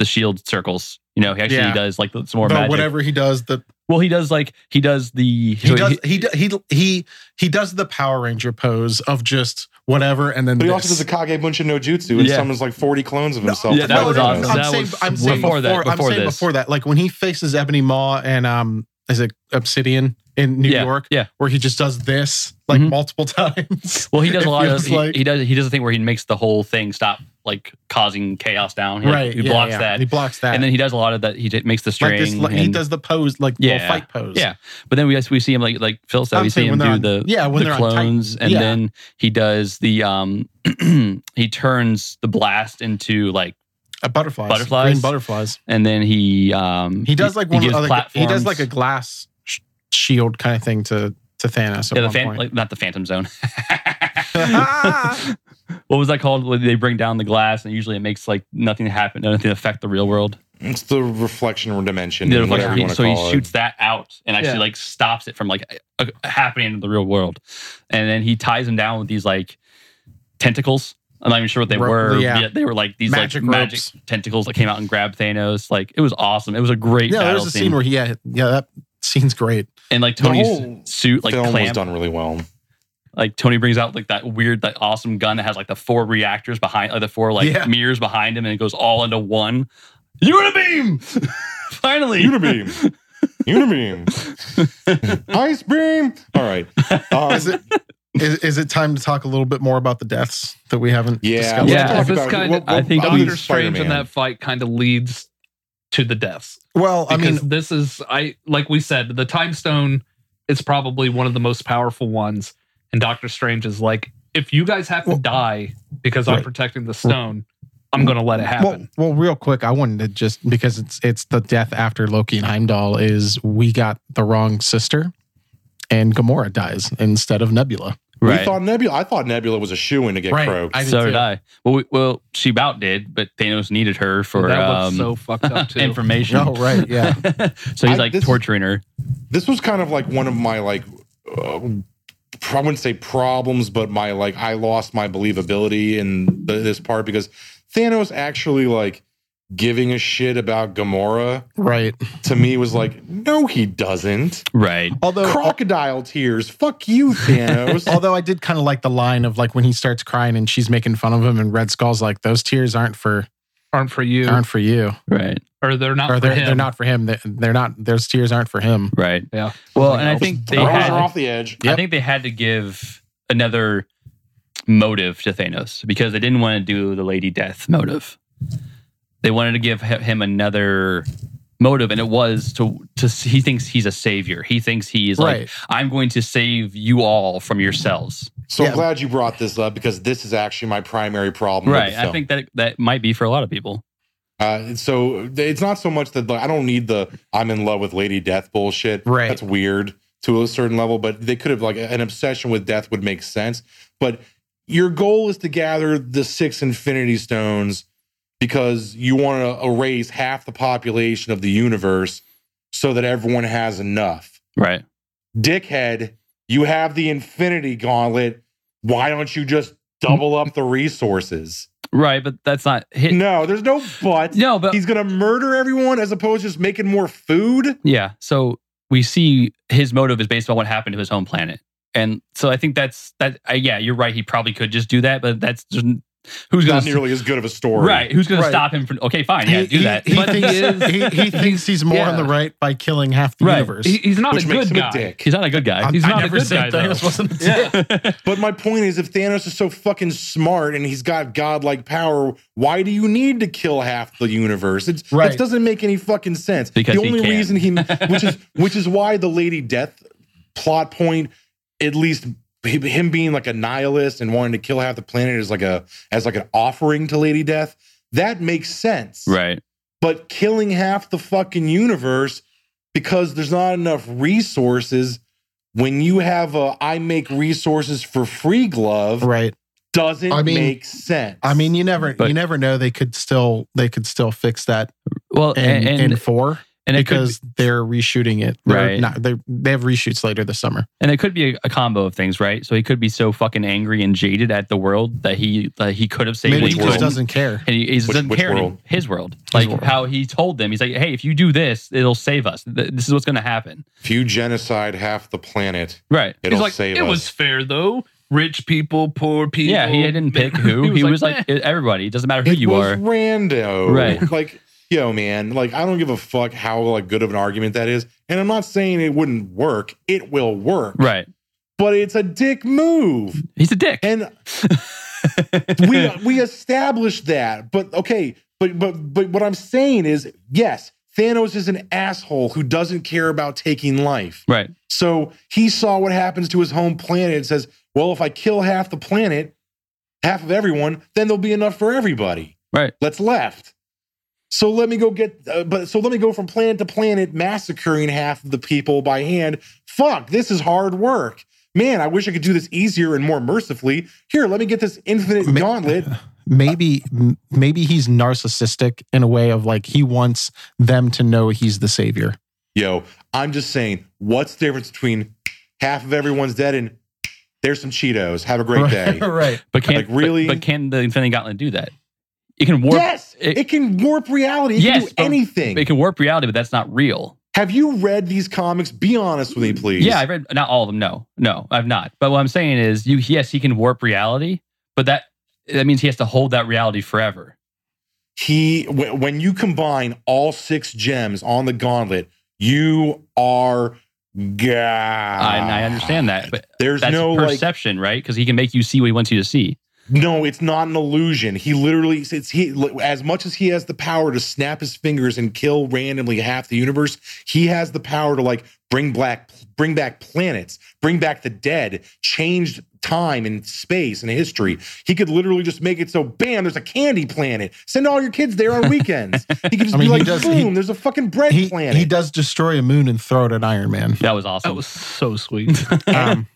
S2: the shield circles. You know, he actually
S3: Yeah.
S2: does like some more
S3: But
S2: magic.
S3: whatever he does, the
S2: Well, he does like he does the
S3: he does he, do- he he he does the Power Ranger pose of just whatever, and then
S1: But he
S3: this.
S1: also does a Kage Buncha no Jutsu and
S2: Yeah.
S1: summons like 40 clones of himself.
S2: yeah,
S1: to
S2: that
S1: fight
S2: was
S1: with
S2: awesome.
S1: us.
S3: I'm
S2: That
S3: saying,
S2: was
S3: I'm saying
S2: before
S3: before,
S2: that- before
S3: I'm saying
S2: this.
S3: before that, like when he faces Ebony Maw and um, is it Obsidian in New
S2: yeah,
S3: York,
S2: Yeah.
S3: where he just does this like
S2: Mhm.
S3: multiple times.
S2: Well, he does
S3: It
S2: a lot of
S3: feels
S2: he,
S3: like-
S2: he does he does a thing where he makes the whole thing stop like causing chaos down. He, like,
S3: right,
S2: He
S3: yeah,
S2: blocks
S3: yeah.
S2: that.
S3: He blocks that,
S2: and then he does a lot of that. He d- makes the string.
S3: like this, like, he
S2: and-
S3: does the pose, like little
S2: Yeah.
S3: fight pose.
S2: Yeah. But then we we see him like like Phil said,
S3: I'm
S2: we see
S3: saying
S2: him do
S3: when they're on-
S2: the
S3: yeah, when
S2: the
S3: they're on Titan.
S2: clones, and
S3: yeah.
S2: then he does the um he turns the blast into like
S3: Uh, butterflies,
S2: Butterflies.
S3: green butterflies.
S2: and then he um
S3: He does like one
S2: gives
S3: of the other. He does
S2: platforms.
S3: like a glass sh- shield kind of thing to to Thanos. At
S2: yeah the
S3: one
S2: fan,
S3: point.
S2: like, not the Phantom Zone. what was that called? When they bring down the glass and usually it makes like nothing happen, nothing affect the real world.
S1: It's the reflection or dimension,
S2: The
S1: whatever
S2: reflection.
S1: you want to
S2: so
S1: call
S2: he
S1: it.
S2: shoots that out and actually
S4: Yeah.
S2: like stops it from like uh, happening in the real world, and then he ties him down with these like tentacles. I'm not even sure what they
S3: Rope-
S2: were.
S3: yeah.
S2: Yeah, they were like these
S3: Magic
S2: like magic
S3: ropes.
S2: tentacles that came out and grabbed Thanos. Like it was awesome. It was a great
S3: yeah,
S2: battle
S3: there's a scene where he yeah yeah that scene's great.
S2: and like
S1: The
S2: Tony's
S1: whole
S2: suit like
S1: film was
S2: clamp.
S1: done really well.
S2: Like Tony brings out like that weird, that awesome gun that has like the four reactors behind, like the four like
S3: Yeah.
S2: mirrors behind him, and it goes all into one. Unibeam! Finally.
S1: Unibeam. Unibeam. Ice beam. All right. Um,
S3: Is it is, is it time to talk a little bit more about the deaths that we haven't
S1: yeah.
S3: discussed?
S1: let's
S4: yeah,
S1: talk
S4: this
S1: about-
S4: kind
S1: what-
S4: of,
S1: what
S4: I think
S1: bothers
S4: Doctor Strange in
S1: Spider-Man?
S4: that fight kind of leads to the deaths.
S3: Well, I
S4: because
S3: mean,
S4: this is I like we said the time stone is probably one of the most powerful ones, and Doctor Strange is like, if you guys have to
S3: Well-
S4: die because I'm
S3: Right.
S4: protecting the stone, I'm gonna let it
S3: well,
S4: happen.
S3: well, real quick, I wanted to just because it's it's the death after Loki and Heimdall is we got the wrong sister, and Gamora dies instead of Nebula.
S1: We thought Nebula. I thought Nebula was a shoe in to get
S3: Right.
S1: croaked.
S3: I- did
S2: so
S3: too.
S2: did I. Well, we, well, she about did, but Thanos needed her for
S4: that was
S2: um,
S4: so fucked up too.
S2: information.
S3: Oh,
S4: Hmm.
S3: right, yeah.
S2: so
S1: I-
S2: he's like
S1: this is-
S2: torturing her.
S1: this was kind of like one of my like uh, I wouldn't say problems, but my like I lost my believability in the, this part because Thanos actually like giving a shit about Gamora
S3: right.
S1: to me was like no he doesn't
S2: Right.
S3: Although
S1: crocodile tears fuck you Thanos
S3: although I did kind of like the line of like when he starts crying and she's making fun of him and Red Skull's like those tears aren't for
S4: aren't for you,
S3: aren't for you
S2: Right.
S4: or they're not
S3: or
S4: for
S3: they're
S4: him.
S3: they're not for him they're, they're not those tears aren't for him.
S2: Right.
S4: Yeah.
S2: Well,
S3: Like,
S2: and I
S3: oh,
S2: think they
S1: throws
S2: had
S1: her off the edge
S2: I
S3: Yep.
S2: think they had to give another motive to Thanos because they didn't want to do the Lady Death motive. They wanted to give hi- him another motive, and it was to to he thinks he's a savior. He thinks he is like
S3: Right.
S2: I'm going to save you all from yourselves.
S1: so
S3: Yeah.
S1: I'm glad you brought this up because this is actually my primary problem with
S2: Right.
S1: the
S2: I
S1: film.
S2: think that that might be for a lot of people.
S1: Uh, so it's not so much that like, I don't need the I'm in love with Lady Death bullshit.
S3: Right.
S1: That's weird to a certain level, but they could have like an obsession with death would make sense. But your goal is to gather the six Infinity Stones because you want to erase half the population of the universe so that everyone has enough.
S2: Right.
S1: Dickhead, you have the Infinity Gauntlet. Why don't you just double up the resources?
S2: Right. But that's not hit. No,
S1: No, there's no but
S2: but
S1: he's gonna murder everyone as opposed to just making more food.
S2: Yeah. So we see his motive is based on what happened to his home planet. And so I think that's that. Uh, yeah, you're right. He probably could just do that, but that's just who's going
S1: Not
S2: to
S1: nearly as good of a story,
S2: right. Who's going
S3: Right.
S2: to stop him from? Okay, fine. Yeah,
S3: He-
S2: do
S3: he-
S2: that.
S3: He,
S2: But-
S3: thinks, he, he thinks he's more on the
S4: Yeah.
S3: right by killing half the
S2: Right.
S3: universe.
S4: He- he's not
S1: Which
S4: a
S1: makes
S4: good
S1: him
S4: guy.
S1: a dick.
S2: he's not a good guy.
S3: I-
S2: He's
S3: I
S2: not a
S3: never
S2: good guy.
S3: said
S2: Though.
S3: Thanos wasn't a
S2: yeah.
S1: But my point is, if Thanos is so fucking smart and he's got godlike power, why do you need to kill half the universe? It's,
S3: Right.
S1: It doesn't make any fucking sense.
S2: Because
S1: the
S2: he
S1: only
S2: can.
S1: reason he, which is which is why the Lady Death plot point, at least h- him being like a nihilist and wanting to kill half the planet is like a as like an offering to Lady Death. That makes sense,
S2: right.
S1: but killing half the fucking universe because there's not enough resources when you have a I make resources for free glove
S3: right.
S1: doesn't
S3: I mean-
S1: make sense.
S3: I mean, you never
S2: But-
S3: you never know. They could still they could still fix that
S2: Well,
S3: in,
S2: and and,
S3: in four
S2: and it could
S3: because they're reshooting it. They're
S2: Right.
S3: Not, they they have reshoots later this summer.
S2: and it could be a, a combo of things, right? So he could be so fucking angry and jaded at the world that he that he could have saved.
S3: Maybe
S2: his
S3: he
S2: world.
S3: just doesn't care.
S2: And he, he just
S1: Which-
S2: doesn't
S1: which
S2: care.
S1: world?
S2: His world. Like
S3: world.
S2: how he told them. He's like, hey, if you do this, it'll save us. Th- This is what's going to happen.
S1: if you genocide half the planet,
S2: Right.
S1: it'll
S4: he's like,
S1: save
S4: it
S1: us.
S4: was fair though. Rich people, poor people.
S2: Yeah, he didn't pick who. he, was like,
S4: "Eh."
S2: everybody. It doesn't matter who
S1: it
S2: you
S1: was
S2: are.
S1: rando.
S2: Right.
S1: Like, yo, man, like I don't give a fuck how like good of an argument that is. And I'm not saying it wouldn't work. It will work.
S2: Right.
S1: But it's a dick move.
S2: He's a dick.
S1: And we we established that, but okay, but but but what I'm saying is, yes, Thanos is an asshole who doesn't care about taking life.
S2: right.
S1: So he saw what happens to his home planet and says, "Well, if I kill half the planet, half of everyone, then there'll be enough for everybody."
S2: Right.
S1: Let's left. So let me go get, uh, but so let me go from planet to planet, massacring half of the people by hand. Fuck, this is hard work. Man, I wish I could do this easier and more mercifully. Here, let me get this infinite
S3: Ma-
S1: gauntlet.
S3: Maybe m- maybe he's narcissistic in a way of like he wants them to know he's the savior.
S1: Yo, I'm just saying, what's the difference between half of everyone's dead and there's some Cheetos? Have a great day.
S3: right.
S2: But can
S1: Like,
S2: but-
S1: really?
S2: But, can the Infinity Gauntlet do that? It can warp.
S1: yes, it,
S2: it-
S1: can warp reality. It
S2: Yes,
S1: can do
S2: but-
S1: anything.
S2: It can warp reality, but that's not real.
S1: Have you read these comics? Be honest with me, please.
S2: Yeah, I've read not all of them. No, no, I've not. But what I'm saying is, you yes, he can warp reality, but that that means he has to hold that reality forever.
S1: he w- when you combine all six gems on the gauntlet, you are god.
S2: I, and I understand
S1: Ah,
S2: that, but
S1: There's
S2: that's
S1: no like
S2: perception, right? Because he can make you see what he wants you to see.
S1: no, it's not an illusion. He literally it's he as much as he has the power to snap his fingers and kill randomly half the universe, he has the power to like bring black bring back planets, bring back the dead, change time and space and history. He could literally just make it so bam, there's a candy planet. Send all your kids there on weekends. He could just
S3: I mean,
S1: be
S3: he
S1: like
S3: does-
S1: boom,
S3: he-
S1: there's a fucking bread
S3: He,
S1: planet.
S3: he does destroy a moon and throw it at Iron Man.
S2: That was awesome.
S4: That was so sweet.
S3: Um,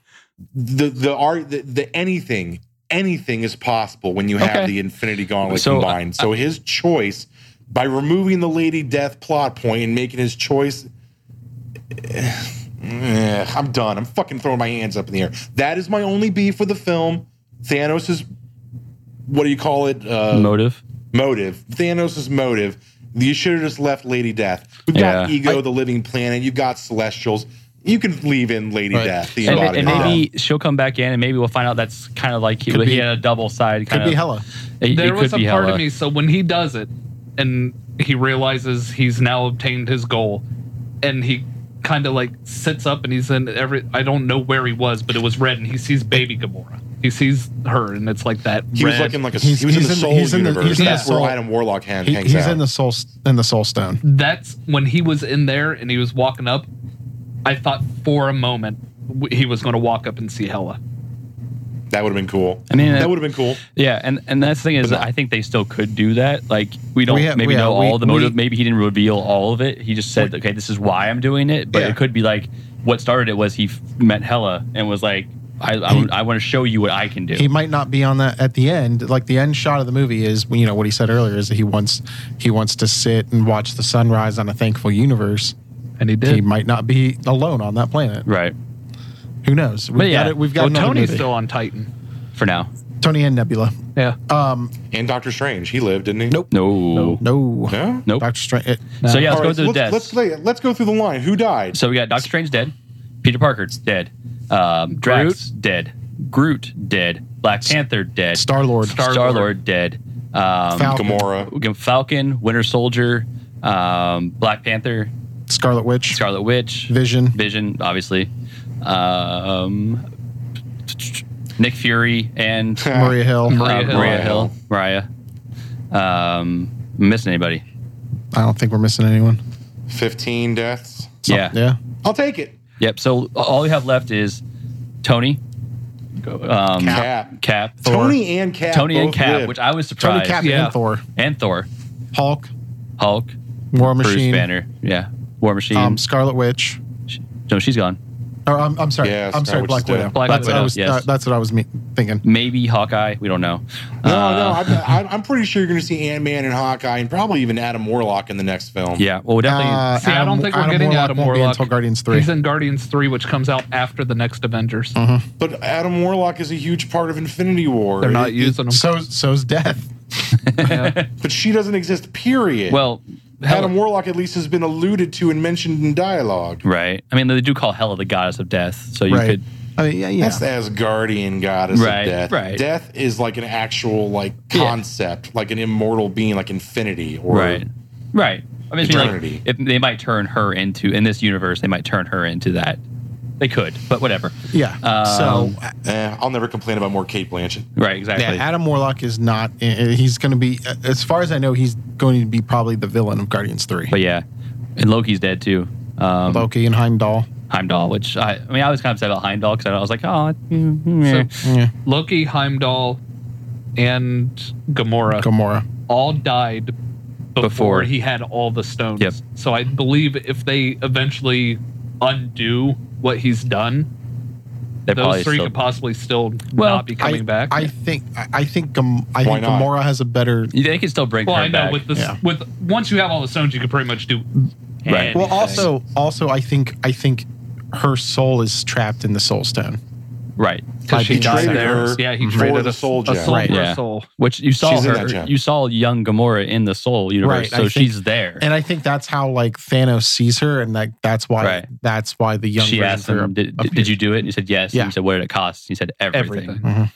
S1: the the art the, the anything anything is possible when you have
S2: Okay.
S1: the infinity gauntlet
S2: So, uh,
S1: combined so his choice by removing the lady death plot point and making his choice Eh, i'm done i'm fucking throwing my hands up in the air that is my only beef with the film thanos is what do you call it uh,
S2: Motive.
S1: motive thanos' motive you should have just left lady death we've got
S2: Yeah.
S1: ego the living planet you've got celestials you can leave in lady
S3: Right.
S1: death the
S2: And, ma-
S1: embodiment
S2: and
S1: of death.
S2: maybe she'll come back in, and maybe we'll find out that's kind of like he,
S3: Could
S2: he
S3: be-
S2: had a double side kind
S3: could
S2: of.
S3: be Hella.
S2: It, it
S4: there
S2: could
S4: was a
S2: be
S4: part of
S2: hella.
S4: me. So when he does it, and he realizes he's now obtained his goal, and he kind of like sits up and he's in every. I don't know where he was, but it was red, and he sees baby Gamora. He sees her, and it's like that.
S1: He was
S4: red-
S1: like in like a
S3: He's-
S1: he was in
S3: he's
S1: the
S3: in the-
S1: Soul
S3: he's in the-
S1: universe.
S3: he's in the
S1: That's where
S3: Soul.
S1: Adam Warlock hand
S3: He,
S1: hangs
S3: he's
S1: out.
S3: in the soul in the soul stone.
S4: That's when he was in there and he was walking up. I thought for a moment w- he was going to walk up and see Hella.
S1: that would have been cool.
S2: I mean,
S1: that
S2: uh,
S1: would have been cool.
S2: Yeah, and and that's the thing is, I think they still could do that. Like we don't
S3: We have-
S2: maybe
S3: yeah,
S2: know
S3: we-
S2: all the motive.
S3: we-
S2: maybe he didn't reveal all of it. He just said, "Okay, this is why I'm doing it." But
S3: Yeah.
S2: it could be like what started it was he f- met Hella and was like, "I I, want to show you what I can do."
S3: He might not be on that at the end. Like the end shot of the movie is, you know, what he said earlier is that he wants he wants to sit and watch the sunrise on a thankful universe.
S4: And he
S3: He might not be alone on that planet.
S2: right
S3: Who knows? We've
S2: But yeah.
S3: got it. We've got
S4: well,
S3: another
S4: Tony's
S3: movie.
S4: still on Titan.
S2: for now.
S3: Tony and Nebula.
S4: Yeah.
S3: Um,
S1: And Doctor Strange, he lived, didn't he?
S3: Nope.
S2: No,
S3: no,
S1: No.
S2: nope.
S3: Doctor Strange. it-
S2: So
S1: All
S2: yeah, let's go
S1: right,
S2: to the
S1: let's,
S2: deaths.
S1: let's lay- let's go through the line. Who died?
S2: So we got Doctor Strange dead, Peter Parker's dead, um, Drax dead, Groot dead, Black Panther dead,
S3: Star Lord.
S2: Star Lord dead, um,
S3: Fal-
S1: Gamora.
S2: we got Falcon, Winter Soldier, um, Black Panther,
S3: Scarlet Witch.
S2: Scarlet Witch,
S3: Vision.
S2: Vision, obviously, um, Nick Fury, and uh,
S3: Maria Hill.
S4: Maria Hill.
S2: Maria Hill, Mariah. Um, am I missing anybody?
S3: I don't think we're missing anyone.
S1: Fifteen deaths.
S3: So-
S2: yeah.
S3: Yeah.
S1: I'll take it.
S2: Yep. So all we have left is Tony, um,
S1: Cap.
S2: Cap,
S1: Tony and Cap.
S2: Tony and
S1: both
S2: Cap,
S1: lived.
S2: which I was
S3: Tony
S2: surprised.
S3: Cap
S4: yeah.
S3: and Thor.
S2: and Thor,
S3: Hulk.
S2: Hulk,
S3: War
S2: Bruce
S3: Machine.
S2: Banner, yeah, War Machine.
S3: Um, Scarlet Witch.
S2: Sh- no, she's gone.
S3: Or I'm, I'm sorry.
S1: Yes, Scarlet
S3: I'm sorry.
S1: Witch
S3: Black
S1: is dead.
S3: Widow.
S2: Black
S3: that's, what I
S2: Widow,
S3: was,
S2: yes.
S3: that- that's what I was me- thinking.
S2: Maybe Hawkeye. We don't know.
S1: no, no,
S2: Uh,
S1: I'm, I'm pretty sure you're going to see Ant Man and Hawkeye, and probably even Adam Warlock in the next film.
S2: yeah. Well, we'll definitely.
S3: Uh,
S4: See, I don't think we're getting Adam
S3: won't be
S4: Warlock.
S3: until Guardians Three.
S4: He's in Guardians 3, which comes out after the next Avengers.
S1: But Adam Warlock is a huge part of Infinity War.
S4: They're not using him.
S3: So so's death.
S4: Yeah.
S1: But she doesn't exist. Period.
S2: well, Hela-
S1: Adam Warlock at least has been alluded to and mentioned in dialogue.
S2: Right. I mean, they do call Hela the goddess of death. So you
S3: right.
S2: could.
S3: I mean, yeah, yeah.
S1: That's the Asgardian goddess
S2: Right,
S1: of death.
S2: right.
S1: Death is like an actual like
S2: Yeah.
S1: concept, like an immortal being, like infinity or
S2: Right. Right. I mean, it's like,
S1: Eternity.
S2: if they might turn her into in this universe, they might turn her into that. They could, but whatever.
S3: yeah.
S2: Um,
S3: so
S1: Eh, I'll never complain about more Kate Blanchett.
S2: Right. Exactly.
S3: yeah, Adam Warlock is not. He's going to be, as far as I know, he's going to be probably the villain of Guardians Three.
S2: but yeah, and Loki's dead too. Um,
S3: Loki and Heimdall.
S2: Heimdall, which I, I mean, I was kind of upset about Heimdall because I was like, oh, mm, mm, eh.
S3: Yeah.
S4: Loki, Heimdall, and Gamora
S3: Gamora.
S4: all died before,
S2: Before.
S4: he had all the stones.
S2: Yep.
S4: So I believe if they eventually undo what he's done,
S2: they probably
S4: those three
S2: still-
S4: could possibly still
S2: Well,
S4: not be coming
S3: I,
S4: back.
S3: I think. I, I think. Gam,
S1: Why
S3: I think
S1: not?
S3: Gamora has a better.
S2: they could still bring
S4: well,
S2: her
S4: I know
S2: back.
S4: with this,
S3: Yeah.
S4: with once you have all the stones, you could pretty much do.
S2: Right.
S3: Well, also, also, I think. I think her soul is trapped in the Soul Stone.
S2: right.
S4: because
S3: he
S4: she died
S1: traded
S4: there.
S1: her
S4: Yeah, he
S1: for
S4: traded
S1: the
S4: a
S1: soul
S4: a
S1: gem.
S4: soul
S3: Right.
S4: for
S2: Yeah.
S4: a soul.
S2: Which you saw
S1: She's in that
S2: her,
S1: gem.
S2: you saw young Gamora in the Soul universe,
S3: Right,
S2: so
S3: I think-
S2: she's there.
S3: And I think that's how like Thanos sees her, and like that's why
S2: Right.
S3: that's why the young
S2: she
S3: version
S2: asked
S3: of her
S2: him, did,
S3: appeared.
S2: did you do it? And he said, yes. And
S3: Yeah.
S2: he said, what did it cost? And he said, everything.
S4: Everything.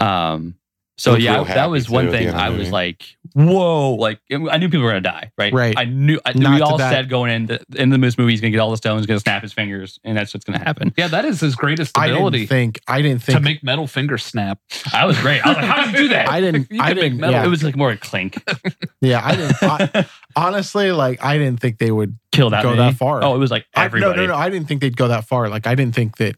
S3: Mhm.
S2: Um, So
S1: Looks
S2: yeah,
S1: real
S2: that was
S1: happy,
S2: one
S1: too, at the
S2: thing
S1: end of the
S2: I
S1: movie.
S2: was like, "Whoa!" Like I knew people were gonna die, right?
S3: Right.
S2: I knew. I,
S3: Not
S2: we
S3: to
S2: all
S3: die.
S2: said going in the end of this movie, he's gonna get all the stones, gonna snap his fingers, and that's what's gonna happen.
S4: Yeah, that is his greatest
S3: I didn't
S4: ability
S3: think. I didn't
S4: to
S3: think.
S4: make metal fingers snap.
S2: I was great. I was like, "How did you do that?"
S3: I didn't.
S4: You
S3: I
S4: can make
S3: didn't.
S4: metal.
S3: Yeah,
S2: It was like more a clink.
S3: yeah. I didn't. I, honestly, like I didn't think they would
S2: Kill that.
S3: go
S2: many.
S3: that far.
S2: Oh, it was like
S3: I, no,
S2: everybody.
S3: no, no. I didn't think they'd go that far. Like I didn't think that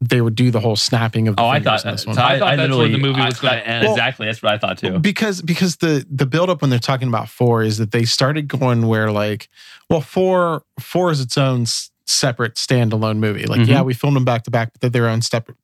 S3: they would do the whole snapping of. The
S2: Oh, I
S3: fingers
S2: thought
S3: in
S2: that.
S3: this
S2: So
S3: one.
S2: I,
S4: I thought
S2: I
S4: that's
S2: literally-
S4: where the movie
S2: I-
S4: was gonna
S2: that-
S4: end.
S2: Exactly. That's what I thought too.
S3: because because the the build up when they're talking about four is that they started going where like well four four is its own s- separate standalone movie like
S2: Mhm.
S3: yeah we filmed them back to back but they're their own separate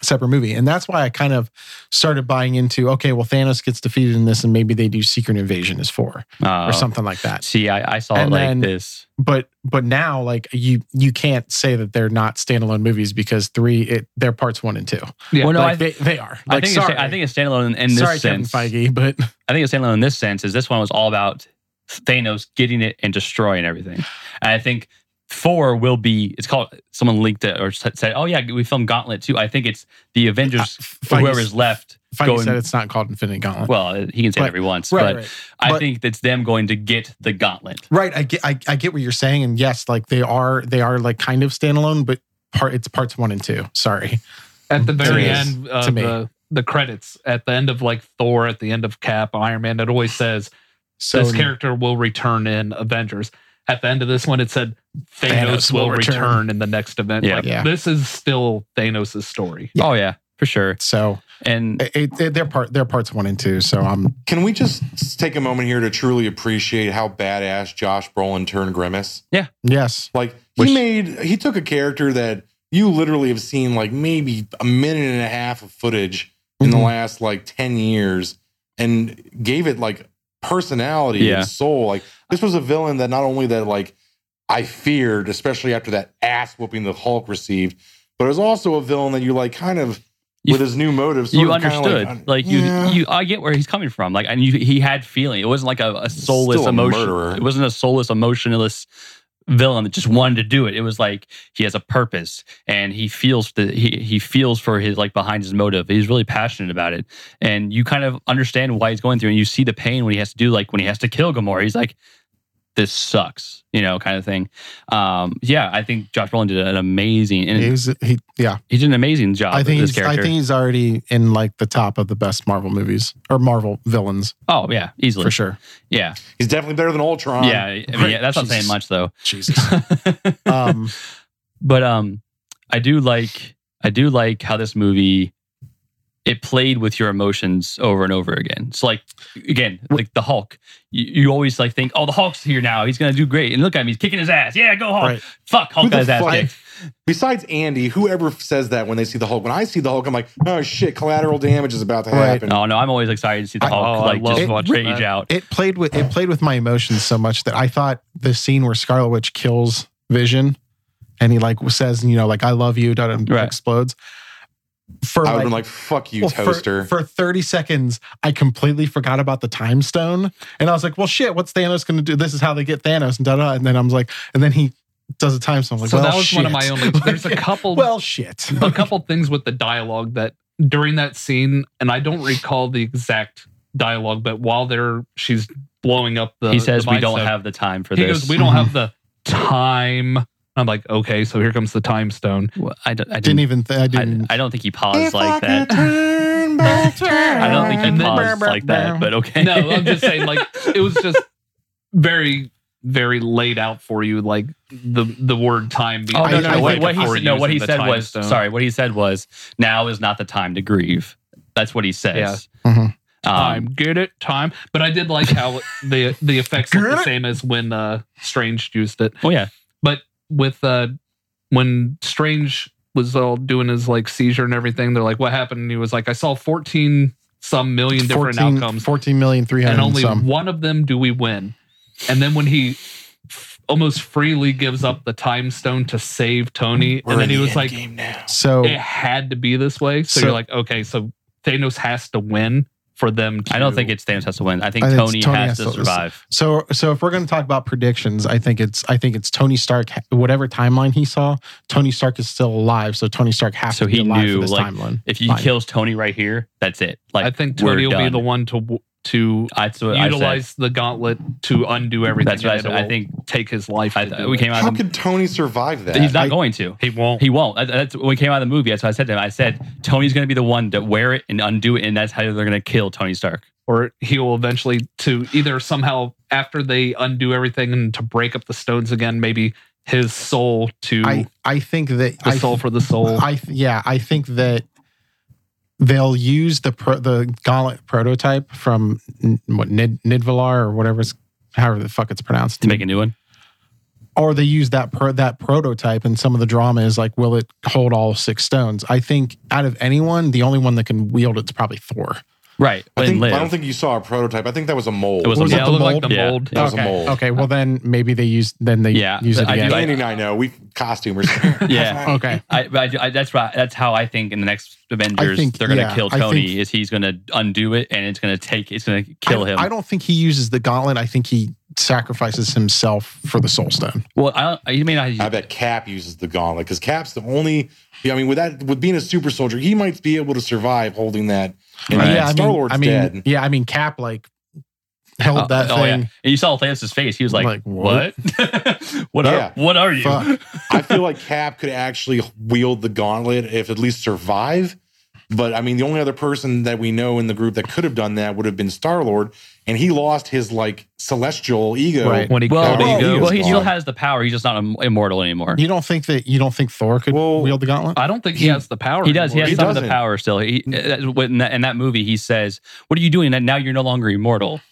S3: separate movie and that's why i kind of started buying into okay well thanos gets defeated in this and maybe they do secret invasion as four
S2: Uh,
S3: or something like that
S2: See, I, I saw it
S3: And
S2: like
S3: then-
S2: this.
S3: but but now like you you can't say that they're not standalone movivies because three it they're parts one and two
S4: Yeah,
S2: well, no,
S3: like
S2: I,
S3: they, they are
S2: I
S3: Like,
S2: think
S3: sorry.
S2: it's, I think it's standalone in, in this
S3: sorry
S2: sense. uh,
S3: Kevin Feige but
S2: I think it's standalone in this sense is this one was all about Thanos getting it and destroying everything. And I think four will be. It's called someone linked it or said, said, "Oh yeah, we filmed Gauntlet too." I think it's the Avengers.
S3: Feige-
S2: whoever's left
S3: Feige
S2: going.
S3: said it's not called Infinity Gauntlet
S2: well, he can say
S3: Right.
S2: it every once,
S3: right
S2: but
S3: right.
S2: I
S3: But-
S2: think that's them going to get the Gauntlet.
S3: Right. I get I, I get what you're saying. And yes, like they are they are like kind of standalone, but part it's parts one and two. Sorry.
S4: at the very
S3: me.
S4: end
S3: To
S4: of
S3: me.
S4: the, the credits, at the end of like Thor, at the end of Cap, Iron Man, it always says
S3: So
S4: this character will return in Avengers. At the end of this one, it said Thanos,
S3: Thanos
S4: will
S3: will
S4: return.
S3: return.
S4: in the next event.
S2: Yeah.
S4: Like,
S3: Yeah.
S4: This is still Thanos' story.
S2: Oh yeah, for sure.
S3: so
S2: And
S3: it, it, they're part they're parts one and two. So um, I'm
S1: Can we just take a moment here to truly appreciate how badass Josh Brolin turned Grimace?
S3: yes.
S1: Like
S2: Which-
S1: he made he took a character that you literally have seen like maybe a minute and a half of footage in
S2: Mm-hmm.
S1: the
S3: Mhm.
S1: last like 10 years and gave it like personality
S2: Yeah.
S1: and soul. Like this was a villain that not only that like I feared, especially after that ass whooping the Hulk received, but it was also a villain that you like kind of
S2: You-
S1: with his new motives. sort
S2: you
S1: of kinda, um,
S2: understood, like, you,
S1: yeah.
S2: you, I get where he's coming from. Like, and you, he had feeling. It wasn't like a, a soulless
S1: Still a
S2: emotion.
S1: murderer.
S2: It wasn't a soulless, emotionless villain that just wanted to do it. It was like he has a purpose and he feels that he he feels for his like behind his motive. He's really passionate about it, and you kind of understand why he's going through. And you see the pain when he has to do like when he has to kill Gamora. He's like. This sucks, you know, kind of thing. Um, yeah, I think Josh Brolin did an amazing, and
S3: He's he yeah.
S2: he did an amazing job.
S3: I think
S2: with
S3: he's
S2: this character.
S3: I think he's already in like the top of the best Marvel movies or Marvel villains
S2: oh yeah, easily,
S3: for sure.
S2: yeah.
S1: He's definitely better than Ultron.
S2: Yeah, I mean, yeah, that's not saying
S3: Jesus.
S2: much though.
S3: Jesus. um
S2: but um, I do like I do like how this movie it played with your emotions over and over again. So like again, like the Hulk, you, you always like think, oh, the Hulk's here now. He's gonna do great. And look at him, he's kicking his ass. Yeah, go Hulk.
S3: right.
S2: Fuck, Hulk
S1: Who the
S2: got his ass
S1: fuck-
S2: kicked.
S1: Besides Andy, whoever says that when they see the Hulk, when I see the Hulk, I'm like, oh shit, collateral damage is about to
S3: Right.
S1: happen.
S2: No, no, I'm always excited to see the
S3: I-
S2: Hulk
S4: oh, I
S2: like
S4: love
S2: just
S4: watching
S2: rage
S4: that.
S2: out.
S3: it played with it played with my emotions so much that I thought the scene where Scarlet Witch kills Vision and he like says, you know, like I love you, da- da-
S2: Right.
S3: explodes. For
S1: I would have
S3: like,
S1: been like, fuck you,
S3: well, for-
S1: toaster.
S3: For, 30 seconds, I completely forgot about the time stone. And I was like, well shit, what's Thanos gonna do? This is how they get Thanos and da da. And then I was like, and then he does a time stone. I'm like,
S4: so
S3: well,
S4: that was one of
S3: shit.
S4: my only. There's a couple.
S3: well shit.
S4: a couple things with the dialogue that during that scene, and I don't recall the exact dialogue, but while they're she's blowing up the,
S2: he says
S4: the
S2: we don't
S4: bicep,
S2: have the time for
S4: He
S2: this.
S4: goes, we don't have the time. I'm like, okay, so here comes the time stone.
S2: Well, I, don't, I
S3: Didn't
S2: didn't.
S3: even th- I
S2: I,
S3: didn't
S2: I don't think he paused like that.
S1: turn back time.
S2: I don't think he paused like that. But okay.
S4: No, I'm just saying, like it was just very, very laid out for you, like the the word time. being
S2: Oh no,
S3: I-
S2: no,
S3: I
S2: no. What,
S3: think
S2: what
S4: before
S2: he, no, what
S4: using
S2: he
S4: the
S2: said
S4: time
S2: was
S4: stone.
S2: sorry. What he said was now is not the time to grieve. That's what he says.
S3: Mhm.
S2: Um,
S4: time. Get it, time. But I did like how the the effects look
S3: Get
S4: the
S3: it?
S4: same as when uh Strange used it.
S2: oh yeah,
S4: But with uh when Strange was all doing his like seizure and everything, they're like, "What happened?" And he was like, "I saw fourteen some million different
S3: 14
S4: outcomes,
S3: 14 million three
S4: and
S3: hundred and
S4: only
S3: some.
S4: one of them do we win." And then when he f- almost freely gives up the time stone to save Tony, and then he was like,
S1: game now.
S3: So
S4: "It had to be this way." So,
S3: So-
S4: you're like, "Okay, so." Thanos has to win for them to
S2: I don't think it's Thanos has to win. I think,
S3: I think it's
S2: Tony,
S3: Tony
S2: has,
S3: has
S2: to
S3: to-
S2: survive.
S3: So so if we're going to talk about predictions, I think it's I think it's Tony Stark. Whatever timeline he saw, Tony Stark is still alive. So Tony Stark has
S2: So
S3: to be
S2: he
S3: alive
S2: knew,
S3: for this
S2: like,
S3: timeline.
S2: If he
S3: Fine.
S2: kills Tony right here, that's it. Like
S4: I think
S2: we're
S4: Tony will be
S2: done.
S4: the one to w- to
S2: I, that's what I said.
S4: utilize the gauntlet to undo everything.
S2: That's what I
S4: and
S2: said.
S4: it'll
S2: I think
S4: take his life.
S2: I,
S4: to
S2: th-
S4: do
S2: we
S4: it.
S2: came out.
S1: How
S2: Of the,
S1: could Tony survive that?
S2: he's not
S3: I-
S2: going to.
S4: he won't.
S2: He won't. That- That's when we came out of the movie. That's what I said to him. I said Tony's going to be the one to wear it and undo it, and that's how they're going to kill Tony Stark.
S4: or he will eventually to either somehow after they undo everything and to break up the stones again, maybe his soul to
S3: I I think that
S4: the
S3: I,
S4: soul for the soul.
S3: I th- yeah, I think that they'll use the pro- the gauntlet prototype from N- what Nid Nidvalar or whatever it's however the fuck it's pronounced
S2: to make a new one.
S3: or they use that pro- that prototype and some of the drama is like will it hold all six stones i think out of anyone the only one that can wield it's probably thor
S2: Right.
S1: I,
S2: and
S1: think,
S2: live.
S1: I don't think you saw a prototype. I think that was a mold.
S2: It was a
S4: yeah,
S2: mold.
S4: it looked like
S3: mold?
S4: the
S2: Yeah.
S4: mold.
S1: That was
S3: okay.
S1: a mold.
S3: okay well then maybe they use then they
S2: Yeah,
S3: use it
S2: I do
S3: again
S2: like-
S1: Andy and I know we costumers.
S2: Yeah.
S3: okay
S2: I, but I, do- I, that's right. That's how I think in the next Avengers
S3: think-
S2: they're going to
S3: yeah,
S2: kill
S3: I
S2: Tony.
S3: think-
S2: is he's going to undo it and it's going to take. It's going to kill
S3: I-
S2: him.
S3: i don't think he uses the gauntlet i think he sacrifices himself for the soul stone
S2: well, I don't. You may not.
S1: I bet Cap uses the gauntlet because Cap's the only. I mean, with that, with being a super soldier, he might be able to survive holding that. And
S2: Right.
S1: then
S3: Yeah, I mean,
S1: Star-Lord's
S3: I mean,
S1: dead.
S3: yeah, I mean, Cap like held
S2: Oh,
S3: that
S2: oh, yeah.
S3: thing.
S2: And you saw Thanos' face. He was like,
S3: Like,
S2: "What?
S3: what?"
S2: what
S1: Yeah.
S2: are? What are you?"
S3: Fuck.
S1: I feel like Cap could actually wield the gauntlet if at least survive. But I mean, the only other person that we know in the group that could have done that would have been Star Lord, and he lost his like celestial ego.
S3: Right.
S4: when he
S2: Well,
S1: There you
S2: well,
S1: go.
S2: he,
S1: Ego's
S2: still
S1: gone.
S2: has the power. He's just not im- immortal anymore.
S3: You don't think that you don't think Thor could
S1: Well,
S3: wield the gauntlet?
S4: I don't think he, has the power.
S2: He does. He
S4: anymore.
S2: has
S1: He
S2: some of the
S1: doesn't.
S2: power still. He, uh, when that, in that movie, he says, "What are you doing? And now you're no longer immortal."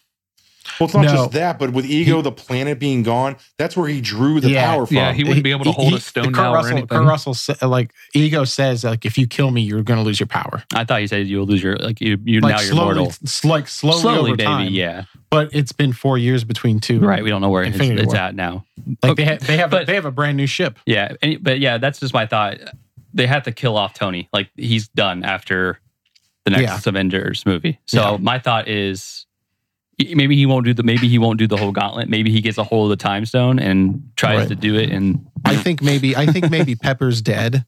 S1: Well, it's not
S3: No.
S1: just that, but with ego, the planet being gone, that's where he drew the
S3: Yeah.
S1: power from.
S4: Yeah, he wouldn't be able to hold a stone
S3: Kurt
S4: now or
S3: Russell,
S4: anything.
S3: Kurt Russell, sa- like ego says, like if you kill me, you're going to lose your power.
S2: I thought he said, "You'll lose your like you. you
S3: Like
S2: now you're
S3: slowly,
S2: immortal."
S3: s- like slowly, over
S2: baby.
S3: time.
S2: Yeah,
S3: But it's been four years between two.
S2: right. We don't know where it's,
S3: Infinity
S2: it's
S3: War.
S2: at now.
S3: Like
S2: Okay.
S3: they ha- they have
S2: But-
S3: they have a brand new ship.
S2: Yeah, and, but yeah, that's just my thought. They have to kill off Tony. Like he's done after the next
S3: Yeah.
S2: Avengers movie. So
S3: Yeah.
S2: my thought is y- maybe he won't do the maybe he won't do the whole gauntlet. Maybe he gets a hold of the time stone and tries
S3: Right.
S2: to do it. And
S3: I think maybe I think maybe Pepper's dead,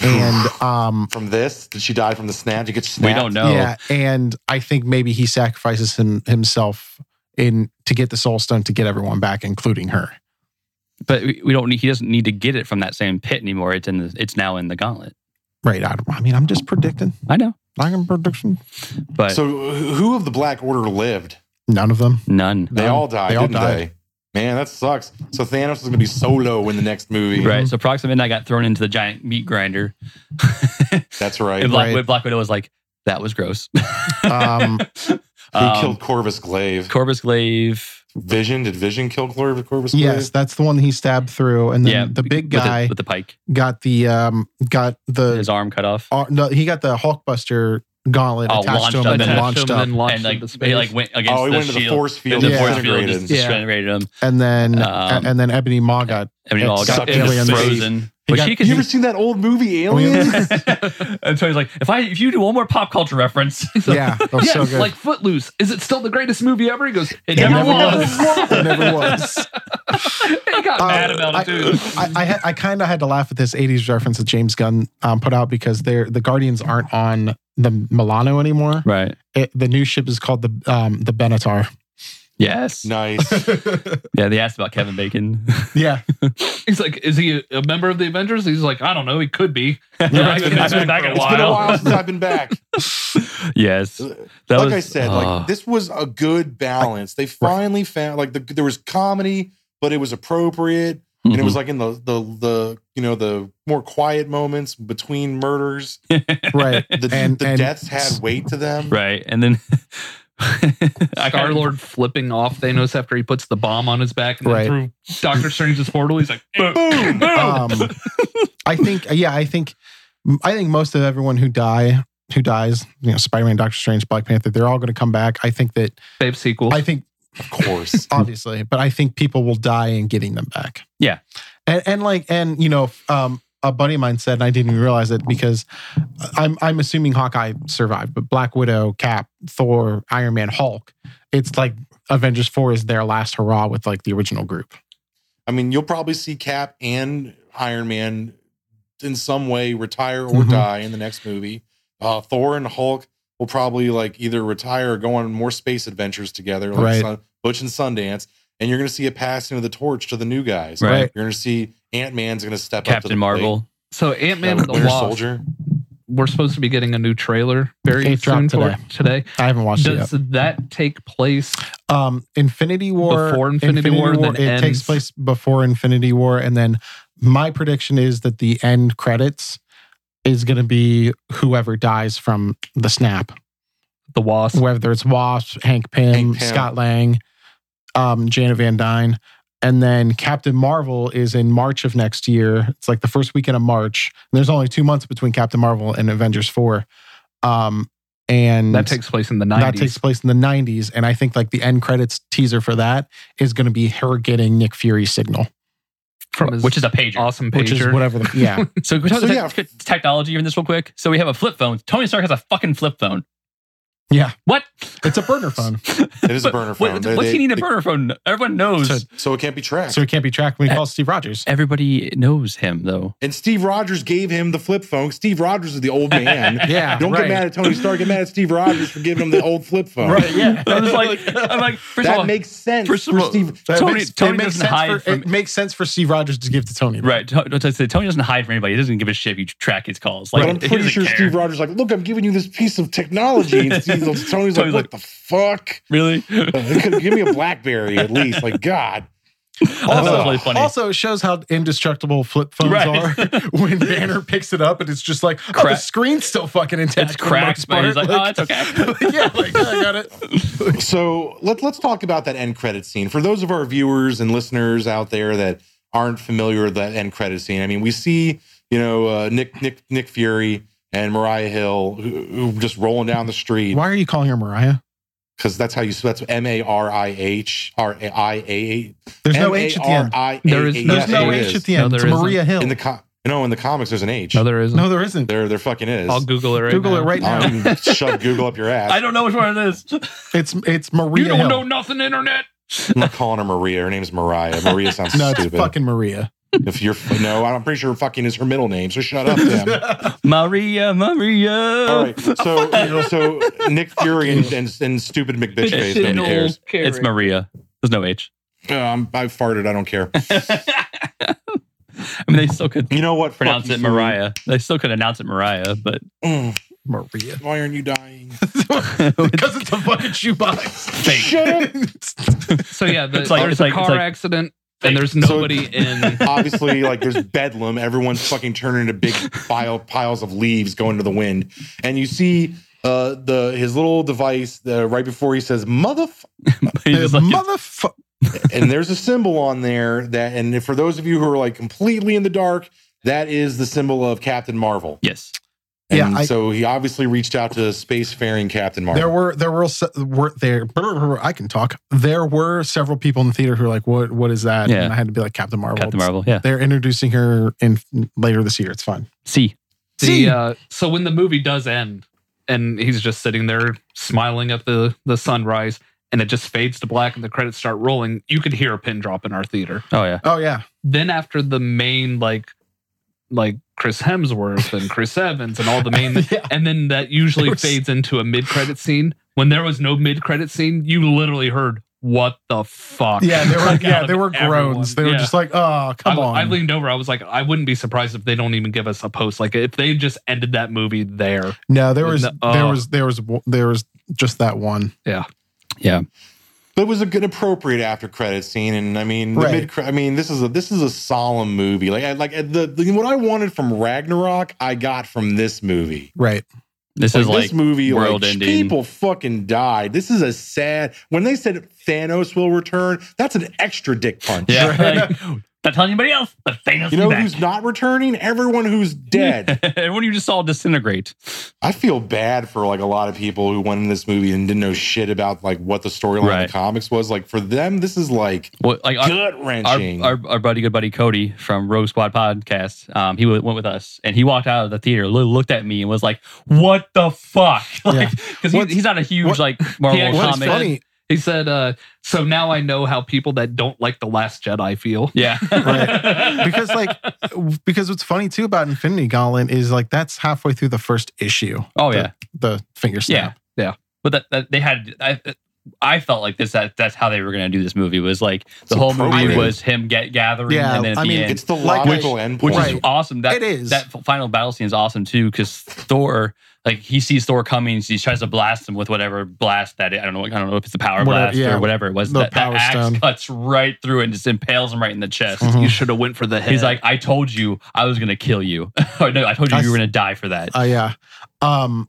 S3: and um
S1: From this, did she die from the snap? Did she get snapped?
S2: we don't know.
S3: Yeah, and I think maybe he sacrifices him, himself in to get the soul stone to get everyone back, including her.
S2: But we we don't need. He doesn't need to get it from that same pit anymore. It's in. The, it's now in the gauntlet.
S3: Right. I, don't- I mean, I'm just predicting.
S2: I know,
S3: I'm prediction.
S2: but
S1: So, wh- who of the Black Order lived?
S3: None of them.
S2: none.
S1: They
S3: No,
S1: all died,
S3: they all
S1: didn't
S3: died.
S1: they? Man, that sucks. So Thanos is going to be solo in the next movie.
S2: Um, Right. So Proxima Midnight got thrown into the giant meat grinder.
S1: That's right.
S2: and
S1: Who
S2: Black,
S3: Right.
S2: Black Widow was like, "That was gross."
S3: Um,
S2: Um,
S1: killed Corvus Glaive?
S2: Corvus Glaive.
S1: Vision? Did Vision kill Cor- Corvus Glaive?
S3: yes, that's the one he stabbed through, and then
S2: yeah,
S3: the big
S2: with the-
S3: guy
S2: with the, pike,
S3: got the um got the
S2: his arm cut off,
S3: uh, no, he got the Hulkbuster gauntlet
S2: Oh,
S3: attached to
S2: launched up,
S3: him and then
S2: attached
S3: launched
S4: him
S3: up,
S4: and launched
S2: and
S4: into
S2: like
S4: space.
S2: he like went against
S1: Oh, he
S2: the
S1: went into the
S2: shield.
S1: force
S2: and
S1: field.
S2: the
S1: and
S3: Yeah.
S2: force field just
S1: disintegrated.
S4: Yeah.
S2: disintegrated him,
S3: and then
S2: Um,
S3: and then Ebony Maw got
S2: and it
S3: It
S2: all got
S3: sucked
S2: it was
S3: aliens.
S2: frozen.
S3: He
S2: Which
S3: got-
S2: he could.
S1: You ever seen that old movie Aliens?
S2: and so he's like, if I if you do one more pop culture reference,
S3: yeah, that was
S4: yes,
S3: so good.
S4: like Footloose. Is it still the greatest movie ever? He goes,
S2: it
S3: It
S2: never
S3: never
S2: was.
S3: was. It never was.
S4: he got
S3: Uh,
S2: Mad
S4: mad
S2: about it
S3: I-
S2: too.
S3: I, I, had- I kind of had to laugh at this 80s reference that James Gunn um, put out because they're, the Guardians aren't on the Milano anymore.
S2: Right.
S3: It, the new ship is called the um, the Benatar.
S2: Yes.
S1: nice.
S2: Yeah. They asked about Kevin Bacon.
S3: yeah.
S4: He's like, is he a member of the Avengers? He's like, I don't know. He could be.
S2: Yeah,
S4: It's been-
S2: I've been back a
S1: It's been a while
S2: while.
S1: since I've been back.
S2: Yes. That
S1: like
S2: was-
S1: I said,
S2: oh.
S1: like this was a good balance. They finally found like the, there was comedy, but it was appropriate, and
S2: Mm-hmm.
S1: it was like in the the the you know the more quiet moments between murders.
S3: Right.
S1: The,
S3: And-
S1: the
S3: and-
S1: deaths had weight to them.
S2: right. And then I
S4: Star
S2: kinda-
S4: Lord flipping off Thanos after he puts the bomb on his back and
S3: Right.
S4: then through Doctor Strange's portal. He's like, boom.
S1: Boom.
S3: Um, I think, yeah, I think, I think most of everyone who die, who dies, you know, Spider-Man, Doctor Strange, Black Panther, they're all going to come back. I think that,
S4: They have sequels.
S3: I think
S1: Of course.
S3: obviously, but I think people will die in getting them back.
S2: Yeah.
S3: And, and like, and you know, um, a buddy of mine said, and I didn't even realize it because I'm I'm assuming Hawkeye survived, but Black Widow, Cap, Thor, Iron Man, Hulk. It's like Avengers Four is their last hurrah with like the original group.
S1: I mean, you'll probably see Cap and Iron Man in some way retire or
S3: Mhm.
S1: die in the next movie. Uh, Thor and Hulk will probably like either retire or go on more space adventures together, like
S3: Right.
S1: Sun, Butch and Sundance. And you're going to see a passing of the torch to the new guys.
S2: Right.
S1: You're going to see Ant Man's going to step up to the
S2: Captain Marvel.
S4: So Ant
S1: plate. Uh,
S4: Man and the
S1: Winter
S4: Wasp.
S1: Soldier.
S4: We're supposed to be getting a new trailer very
S3: It
S4: soon
S3: dropped
S4: today. today.
S3: I haven't watched it yet.
S4: Does that take place?
S3: um Infinity War
S4: Before Infinity War, and
S3: it
S4: then
S3: takes
S4: ends.
S3: place before Infinity War and then my prediction is that the end credits is going to be whoever dies from the snap
S4: The Wasp.
S3: whether it's Wasp, Hank Pym,
S1: Hank Pym.
S3: Scott Lang, um Janet Van Dyne and then Captain Marvel is in March of next year. It's like the first weekend of March. And there's only 2 months between Captain Marvel and Avengers 4. Um and
S4: That takes place in the
S3: that takes
S4: nineties.
S3: place in the 90s and i think like the end credits teaser for that is going to be her getting nick fury's signal
S4: From his
S2: which is a pager.
S4: awesome pager.
S3: which is whatever the, yeah
S2: So, can we talk
S1: So,
S2: about
S1: yeah.
S2: te- technology in this real quick? So we have a flip phone. Tony Stark has a fucking flip phone.
S3: Yeah.
S2: What?
S3: it's a burner phone
S1: It is a burner phone. Oh,
S2: What,
S1: They-
S2: what's
S1: they-
S2: he need a
S1: they-
S2: burner phone? Everyone knows.
S3: So-
S1: So it can't be tracked.
S3: so it can't be tracked when we call steve rogers
S2: Everybody knows him though.
S1: and Steve Rogers gave him the flip phone. Steve Rogers is the old man.
S3: yeah
S1: Don't get mad at Tony Stark. Get mad at Steve Rogers for giving him the old flip phone.
S3: right yeah
S2: I was like, I'm like, first
S1: that
S2: of all,
S1: makes sense
S2: first of
S1: for
S2: all-
S1: Steve.
S3: That
S2: Tony-
S3: makes,
S2: Tony
S3: it, makes
S2: doesn't
S3: sense
S2: hide
S3: for,
S2: from-
S3: it makes sense for steve rogers to give to tony though.
S2: right? Tony Tony doesn't hide from anybody. He doesn't give a shit if you track his calls. Like,
S1: but I'm
S2: he
S1: pretty
S2: doesn't
S1: sure
S2: care.
S1: Steve Rogers like, look, I'm giving you this piece of technology. And Steve, Tony's, like,
S2: Tony's
S1: what the fuck? Uh,
S2: really. I
S1: Give me a BlackBerry at least. Like, God.
S2: thought that was really funny.
S3: Also, it shows how indestructible flip phones
S2: Right.
S3: are when Banner picks it up and it's just like, oh, the
S2: Crack.
S3: screen's still fucking intact.
S2: it's cracked, but he's like, oh, it's okay.
S3: yeah, like, yeah, I got it.
S1: So let, let's talk about that end credit scene. For those of our viewers and listeners out there that aren't familiar with that end credit scene, I mean, we see, you know, uh, Nick, Nick, Nick Fury and Mariah Hill who, who just rolling down the street.
S3: Why are you calling her Mariah?
S1: because that's how you spell that's M A R I H R A I A
S3: There's no H at the end.
S4: There is-
S3: There's
S4: Yes,
S3: no
S4: there
S3: H
S4: is.
S3: at the
S4: No,
S3: end. it's
S4: there isn't.
S3: Maria Hill.
S1: in the com- no in the comics there's an H.
S4: No, there isn't.
S3: no, there isn't.
S1: there there fucking is.
S4: I'll Google it right
S3: Google
S4: now.
S3: it right now.
S1: Oh, you can shove Google up your ass.
S2: I don't know which one it is.
S3: It's it's
S4: You
S3: Maria.
S4: don't
S3: Hill.
S4: know nothing, internet.
S1: I'm not calling her Maria. Her name's Mariah. Maria sounds
S3: No, it's
S1: stupid.
S3: fucking Maria.
S1: If you're no, I'm pretty sure fucking is her middle name. So shut up, them.
S2: Maria, Maria.
S1: All right. So so Nick Fury and, and, and stupid McBitch face. Nobody cares.
S2: It's Maria. There's no H.
S1: Um, I farted. I don't care.
S2: I mean, they still could
S1: You know what? Fuck
S2: pronounce
S1: you,
S2: it
S1: Fury.
S2: Mariah. They still could announce it Mariah, but
S1: Mm,
S3: Maria.
S1: why aren't you dying?
S3: Because it's a fucking shoebox.
S1: Shut up.
S4: So yeah, the,
S2: It's like-
S4: there's
S2: it's
S4: a
S2: like- it's
S4: car
S2: like-
S4: accident and there's
S1: So-
S4: nobody in.
S1: obviously like there's bedlam everyone's fucking turning into big pile piles of leaves going to the wind and you see uh the his little device uh, right before he says mother
S2: he's just like,
S3: Motherfucker.
S1: and there's a symbol on there that and for those of you who are like completely in the dark that is the symbol of captain marvel
S2: yes.
S1: and
S3: Yeah, I-
S1: so he obviously reached out to spacefaring captain marvel
S3: There were there were se- were there. I can talk. There were several people in the theater who were like, "What what is that?"
S2: Yeah.
S3: And I had to be like, "Captain Marvel."
S2: Captain Marvel. Yeah.
S3: They're introducing her in later this year. It's fun.
S2: C.
S4: The, uh, so when the movie does end and he's just sitting there smiling at the, the sunrise and it just fades to black and the credits start rolling, you could hear a pin drop in our theater.
S2: Oh yeah.
S3: Oh yeah.
S4: Then after the main like like Chris Hemsworth and Chris Evans and all the main
S3: yeah.
S4: and then that usually
S3: There was-
S4: fades into a mid credit scene. When there was no mid credit scene, you literally heard what the fuck.
S3: Yeah, there were
S4: Like, out
S3: yeah,
S4: of
S3: there were
S4: everyone.
S3: groans. They were
S4: Yeah.
S3: just like, "Oh,
S4: I,
S3: come on."
S4: I leaned over. I was like, I wouldn't be surprised if they don't even give us a post. Like if they just ended that movie there.
S3: no, there was
S4: No, uh.
S2: oh.
S3: there was there was there was just that one.
S1: But it was a good appropriate after credit scene, and I mean, the
S3: Right.
S1: mid I mean, this is a this is a solemn movie. Like, I, like the, the what I wanted from Ragnarok, I got from this movie.
S3: Right.
S2: This is like
S1: this movie, like
S2: world-ending.
S1: people fucking died. This is a sad. When they said Thanos will return, that's an extra dick punch.
S2: yeah. like, Not telling anybody else, but Thanos
S1: You
S2: will
S1: know
S2: be back.
S1: who's not returning? Everyone who's dead.
S2: Everyone you just saw disintegrate.
S1: I feel bad for like a lot of people who went in this movie and didn't know shit about like what the storyline
S2: Right.
S1: of the comics was. Like for them, this is like
S2: What, like our,
S1: gut
S2: our,
S1: wrenching.
S2: our, our buddy, good buddy Cody from Rogue Squad podcast, um, he w- went with us and he walked out of the theater, lo- looked at me and was like, "What the fuck?" Like, because
S3: What's-
S2: he's not a huge
S3: what-
S2: like Marvel
S4: He actually
S3: What's
S2: comic.
S3: funny?
S4: He said, uh, so now I know how people that don't like The Last Jedi feel.
S2: Yeah,
S3: because like because what's funny too about Infinity Gauntlet is like that's halfway through the first issue.
S2: oh
S3: The-
S2: yeah,
S3: The finger snap.
S2: but that, that they had I, I felt like this that that's how they were going to do this movie was like the
S1: It's
S2: whole movie
S1: appropriate.
S2: was him get gathering
S3: Yeah,
S2: and then at
S3: I
S2: the
S3: mean,
S2: end,
S1: it's the
S3: like-
S1: logical end
S2: which
S1: point.
S3: Right.
S2: is awesome that
S3: It is.
S2: that f- final battle scene is awesome too because Thor like he sees Thor coming he tries to blast him with whatever blast that I don't know I don't know if it's the power
S3: Whatever,
S2: blast
S3: yeah.
S2: or whatever it was
S3: The
S2: that, that
S3: power
S2: axe
S3: stone.
S2: cuts right through it and just impales him right in the chest
S3: Mhm.
S4: You should have went for the head.
S2: he's like I told you I was going to kill you or no I told you
S3: I
S2: you were
S3: s-
S2: going to die for that
S3: Oh yeah. Um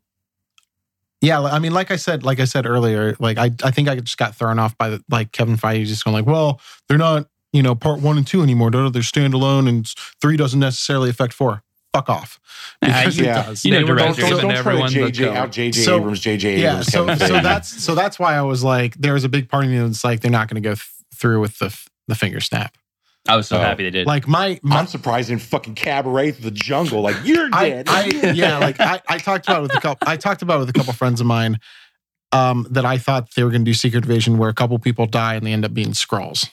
S3: yeah, I mean, like I said, like I said earlier, like I, I think I just got thrown off by the, like Kevin Feige just going like, well, they're not, you know, part one and two anymore. They're they're standalone, and three doesn't necessarily affect four. Fuck off, because
S1: yeah.
S3: it does.
S2: you
S4: They
S2: know
S4: were
S1: Don't,
S4: both-
S2: directors
S1: don't,
S4: Giving
S1: don't try to
S4: everyone the
S1: JJ
S4: code.
S1: out JJ
S3: So-
S1: Abrams, JJ
S3: yeah
S1: Abrams,
S3: so,
S1: Kevin
S3: so
S1: Feige.
S3: that's so that's why i was like there was a big part of me that's like they're not going to go th- through with the f- the finger snap
S2: I was so
S1: Oh.
S2: happy they did
S3: like my, my
S1: I'm surprised in fucking cabaret through the jungle. Like you're
S3: I,
S1: dead.
S3: I yeah like I, I talked about it with a couple i talked about it with a couple friends of mine um that i thought they were going to do secret invasion where a couple people die and they end up being scrolls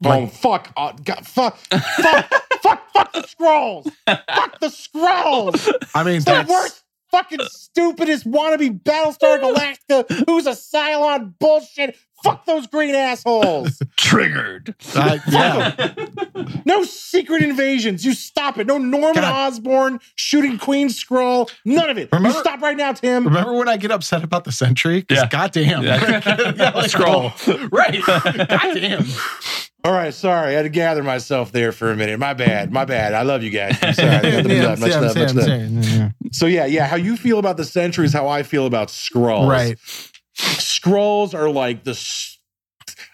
S1: Boom, fuck, uh, God, fuck, fuck, fuck, fuck the scrolls. Fuck the scrolls.
S3: i mean
S1: It's the
S3: that's
S1: worst, fucking stupidest wannabe Battlestar Galactica who's a Cylon bullshit. Fuck those green assholes.
S2: triggered
S3: uh, yeah
S1: No secret invasions. You stop it. No Norman
S3: God.
S1: Osborn shooting Queen Scroll. None of it.
S3: Remember-
S1: you stop right now, Tim.
S3: remember when i get upset about the sentry 'Cause
S2: Yeah.
S3: goddamn Yeah, like,
S2: scroll right
S3: goddamn
S1: All right, sorry. I had to gather myself there for a minute. My bad. My bad. I love you guys. I'm sorry. Nothing
S3: Yeah,
S1: left,
S3: I'm
S1: much
S3: saying,
S1: left,
S3: I'm
S1: much
S3: saying, I'm
S1: left.
S3: saying. Yeah,
S1: So yeah, yeah. How you feel about the Sentry is how I feel about
S3: yeah.
S1: Skrulls.
S3: right
S1: Scrolls are like the. s-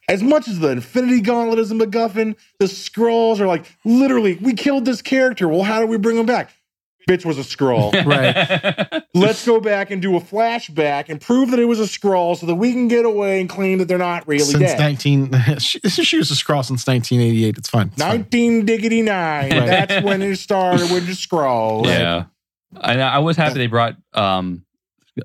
S1: As much as the Infinity Gauntlet is a MacGuffin, the Scrolls are like literally. We killed this character. Well, how do we bring him back? Bitch was a scroll.
S2: right
S1: Let's go back and do a flashback and prove that it was a scroll, so that we can get away and claim that they're not really
S3: since
S1: dead.
S3: 19 she, she was a scroll since 1988 it's fine it's fine.
S1: 19 diggity nine.
S3: Right.
S1: That's when it started with the scroll.
S2: Yeah. And I I was happy they brought um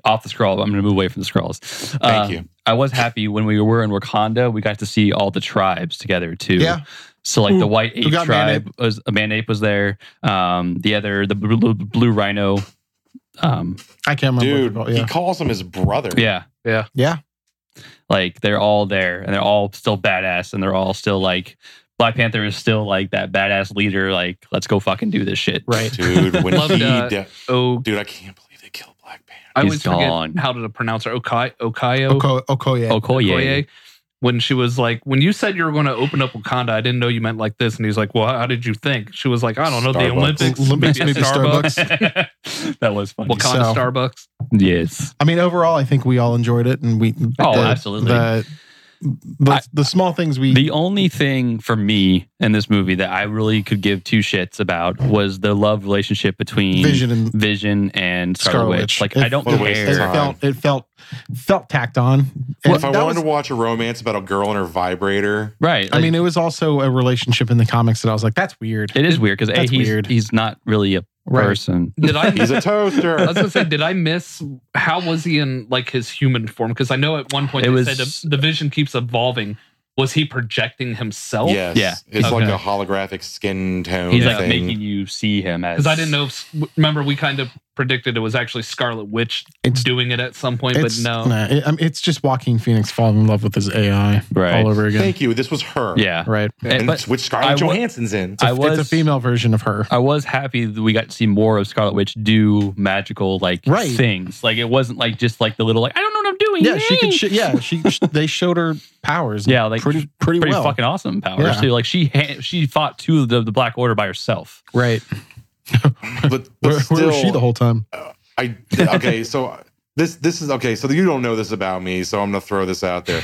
S2: off the scroll. I'm going to move away from the scrolls. Thank
S1: Thank you.
S2: I was happy when we were in Wakanda. We got to see all the tribes together too.
S3: Yeah.
S2: So like the
S3: Ooh,
S2: white ape
S3: got
S2: tribe was a man ape was there. Um, the other the blue, blue, blue rhino. Um,
S3: i can't remember
S1: Dude,
S3: what they're
S1: he
S3: called,
S1: calls him his brother.
S2: yeah,
S3: yeah
S2: like they're all there and they're all still badass and they're all still like Black Panther is still like that badass leader. Like let's go fucking do this shit.
S3: yeah right
S1: Dude, when
S4: Loved,
S1: he.
S4: uh,
S1: de-
S4: oh,
S1: Dude, I can't believe they killed Black Panther.
S4: I
S2: He's
S4: always
S2: gone.
S4: forget how to pronounce her. Okai,
S2: Oh.
S4: Okayo.
S3: Oko- okoye
S2: Okoye.
S4: Okoye, when she was like, when you said you were going to open up Wakanda, I didn't know you meant like this. And he's like, well, how did you think? She was like, I don't know,
S1: Starbucks.
S4: the Olympics,
S3: Olympics,
S4: maybe, a
S3: maybe
S4: Starbucks,
S2: that was funny.
S3: So-
S4: Wakanda Starbucks.
S2: Yes.
S3: i mean overall i think we all enjoyed it and we
S2: Oh, absolutely.
S3: the, the,
S2: I-
S3: the small things we
S2: The only thing for me in this movie that I really could give two shits about was the love relationship between
S3: vision and
S2: Vision and Scarlet,
S3: Scarlet
S2: Witch.
S3: Witch.
S2: Like,
S3: If-
S2: I don't
S1: What a waste of
S3: it
S2: care.
S1: time.
S3: felt it felt felt tacked on And
S1: if I
S3: that
S1: wanted
S3: was-
S1: to watch a romance about a girl and her vibrator,
S2: Right.
S3: i
S2: like,
S3: mean it was also a relationship in the comics that i was like that's weird
S2: it is weird because
S3: that's
S2: he's,
S3: weird.
S2: he's not really a person.
S4: Did I?
S1: he's a
S4: I
S1: toaster.
S4: was gonna say, did I miss how was he in like his human form? Because I know at one point
S2: It
S4: it they
S2: was-
S4: said the, the vision keeps evolving. Was he projecting himself?
S1: yes.
S2: Yeah.
S1: It's like
S4: Okay.
S1: a holographic skin tone
S2: He's like
S1: thing.
S2: making you see him as.
S4: Because I didn't know. If, remember, we kind of predicted it was actually Scarlet Witch
S3: It's-
S4: doing it at some point, but
S3: it's,
S4: no.
S3: nah, it- I mean, it's just Joaquin Phoenix falling in love with his AI
S2: Right.
S3: all over again.
S1: Thank you. This was her.
S2: Yeah.
S3: Right.
S1: And
S2: But
S1: it's which Scarlett
S2: I wa-
S1: Johansson's in.
S2: I
S3: It's
S2: was. Oh,
S3: a female version of her.
S2: I was happy that we got to see more of Scarlet Witch do magical like
S3: Right.
S2: things. Like it wasn't like just like the little like I don't know what I'm doing.
S3: Yeah, she
S2: Yay.
S3: could. Sh- yeah, she. sh- They showed her powers.
S2: Yeah, like,
S3: pretty, pretty,
S2: pretty
S3: well.
S2: fucking awesome powers.
S3: Yeah.
S2: So like she ha- she fought two of the, the Black Order by herself.
S3: right.
S1: But, but
S3: Where,
S1: still,
S3: where was she the whole time?
S1: I okay, so this this is okay, so you don't know this about me, so I'm gonna throw this out there.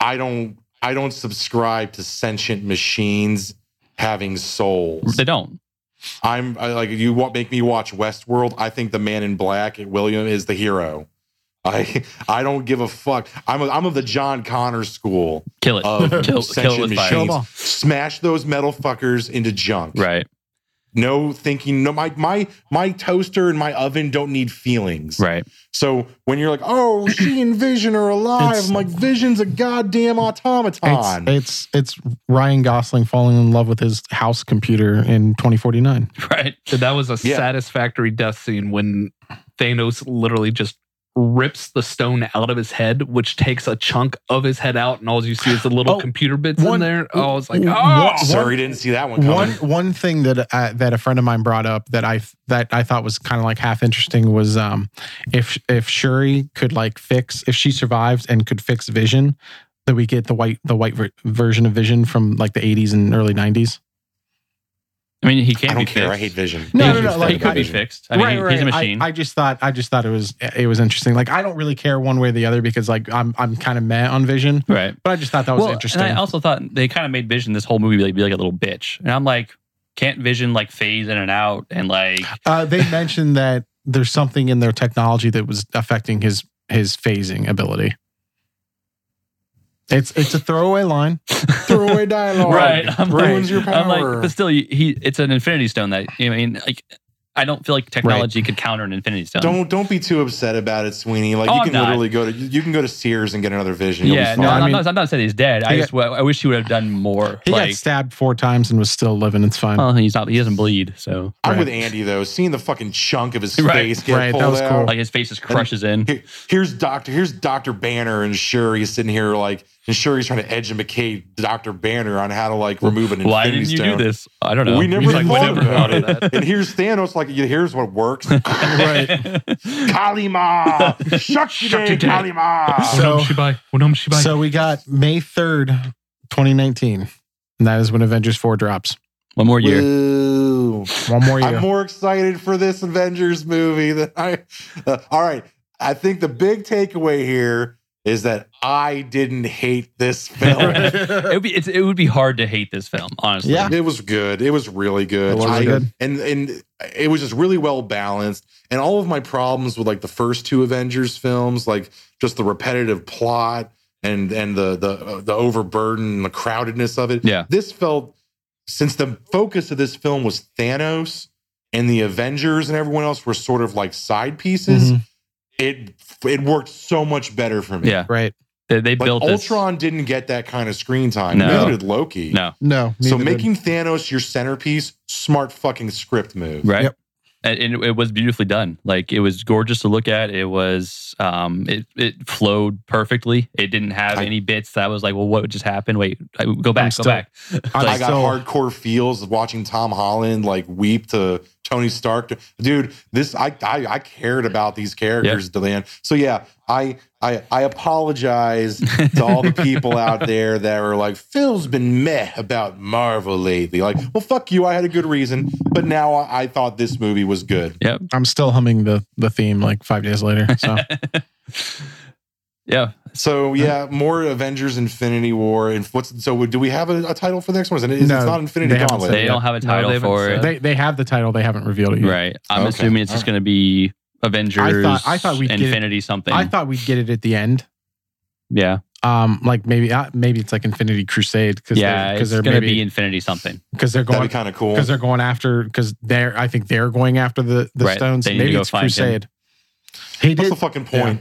S1: I don't I don't subscribe to sentient machines having souls.
S3: Mm.
S2: They don't.
S1: I'm I, like you want make me watch Westworld. I think the Man in Black William is the hero. I I don't give a fuck. I'm a, I'm of the John Connor school
S2: Kill it.
S1: of
S2: kill, kill it
S1: sentient
S2: with
S3: Kill 'em
S2: fire.
S1: Oh, machines.
S3: all.
S1: Smash those metal fuckers into junk.
S2: Right.
S1: No thinking. No my my my toaster and my oven don't need feelings.
S2: Right.
S1: So when you're like, oh, she and Vision are alive,
S3: It's-
S1: I'm like, Vision's a goddamn automaton.
S3: It's, it's it's Ryan Gosling falling in love with his house computer in 2049.
S2: Right.
S4: That was a
S1: Yeah.
S4: satisfactory death scene when Thanos literally just rips the stone out of his head, which takes a chunk of his head out, and all you see is the little
S3: Oh,
S4: computer bits
S3: one-
S4: in there. Oh, I was like,
S3: one-
S4: oh,
S1: Sorry,
S3: one-
S1: didn't see that one coming.
S3: One one thing that uh, that a friend of mine brought up that I that I thought was kind of like half interesting was um if if Shuri could like fix if she survives and could fix Vision that we get the white the white ver- version of Vision from like the 80s and early 90s.
S2: I mean, he can't
S1: I don't
S2: be
S1: care.
S2: Fixed.
S1: I hate Vision.
S3: No,
S2: he,
S3: no, no,
S2: He
S3: like,
S2: could be
S1: Vision.
S2: fixed. I mean, he- he's a machine.
S3: I, I just thought I just thought it was it was interesting. Like I don't really care one way or the other because like I'm I'm kind of meh on Vision,
S2: right.
S3: but I just thought that was interesting.
S2: And I also thought they kind of made Vision this whole movie like, be like a little bitch, and I'm like, can't Vision like phase in and out and like
S3: Uh, they mentioned that there's something in their technology that was affecting his his phasing ability. It's it's a throwaway line.
S1: Throwaway dialogue.
S2: Right, I'm
S1: Oh, Ruins
S3: like-
S1: your power.
S2: I'm like, but still, he, he it's an Infinity Stone that I mean, like I don't feel like technology could counter an Infinity Stone.
S1: don't don't be too upset about it, Sweeney. Like
S2: Oh,
S1: you
S2: I'm
S1: can
S2: not.
S1: literally go to you can go to Sears and get another Vision. You'll
S2: yeah,
S1: be
S2: no,
S1: fine.
S2: I'm,
S3: I mean-
S2: not, I'm not saying he's dead. I
S3: He
S2: just I wish he would have done more.
S3: He got
S2: like, Oh.
S3: stabbed four times and was still living. It's fine.
S2: well, he's not. He doesn't bleed, so
S1: I'm
S3: Right.
S1: with Andy though. Seeing the fucking chunk of his
S2: Right.
S1: face get
S3: Right, that
S1: pulled
S3: was cool.
S1: out.
S2: like his face just crushes in.
S1: Here- here's Doctor. Here's Doctor Banner and Shuri sitting here like, and Shuri's trying to educate Doctor Banner on how to like remove an
S2: Why
S1: Infinity
S2: didn't you
S1: Stone.
S2: do this? I don't know.
S1: We never
S2: He's like,
S1: thought
S2: "Whatever."
S1: about it. and here's Thanos like, yeah, here's what works. Kalima, shut your
S4: Shut
S1: day,
S4: your day.
S1: Kalima.
S3: So-
S4: Shibai, Onam Shibai.
S3: So we got May third, 2019, and that is when Avengers four drops.
S2: One more year.
S1: Woo.
S3: One more year.
S1: I'm more excited for this Avengers movie than I. Uh, all right, I think the big takeaway here is that I didn't hate this film.
S2: it would be it's, it would be hard to hate this film, honestly.
S3: Yeah.
S1: It was good. It was really good.
S3: It was
S1: I-
S3: good.
S1: And and it was just really well balanced. And all of my problems with like the first two Avengers films, like just the repetitive plot and and the the uh, the overburden, and the crowdedness of it.
S2: Yeah.
S1: This felt since the focus of this film was Thanos and the Avengers and everyone else were sort of like side pieces.
S3: Mhm.
S1: It it worked so much better for me.
S2: Mm-hmm. Yeah,
S3: Right.
S2: they, they
S1: Like
S2: built
S1: Ultron didn't get that kind of screen time.
S2: No.
S1: Neither did Loki.
S2: This. No,
S3: No.
S1: So
S3: neither did-
S1: making Thanos your centerpiece, smart fucking script move.
S2: right?
S3: Yep.
S2: And, and it was beautifully done. Like it was gorgeous to look at. It was um it it flowed perfectly. It didn't have
S1: I-
S2: any bits that was like, well, what just happened? Wait, I- go back,
S3: still-
S2: go back.
S3: I'm
S1: I got
S3: still-
S1: hardcore feels of watching Tom Holland like weep to Tony Stark. Dude, this I I, I cared about these characters, Delan. So yeah, I I I apologize to all the people out there that were like, Phil's been meh about Marvel lately. Like, well, fuck you, I had a good reason, but now I, I thought this movie was good.
S3: I'm still humming the the theme like five days later. So
S2: Yeah,
S1: So yeah, more Avengers Infinity War. And what's so do we have a, a title for the next one? Is it, is,
S3: No,
S1: it's not Infinity
S3: they haven't
S1: Gauntlet.
S3: said
S2: they don't have a
S4: No,
S2: title
S4: they haven't
S2: for it,
S4: said.
S3: they they have the title. They haven't revealed it yet.
S2: right? I'm
S1: Okay.
S2: assuming it's just
S1: All
S2: going to be Avengers.
S3: I thought we'd get it-
S2: Infinity something.
S3: I thought we'd get it at the end.
S2: yeah,
S3: um like maybe uh, maybe it's like infinity crusade because
S2: yeah, it's
S3: because they're,
S2: going to be
S3: maybe
S2: Infinity something.
S3: because they're
S1: That'd
S3: going
S1: be kind of cool.
S3: because they're going after because they're i think they're going after the the
S2: Right,
S3: stones
S2: they need to
S3: maybe
S2: go
S3: it's
S2: find him.
S3: crusade he
S1: What's
S3: did
S1: the fucking point?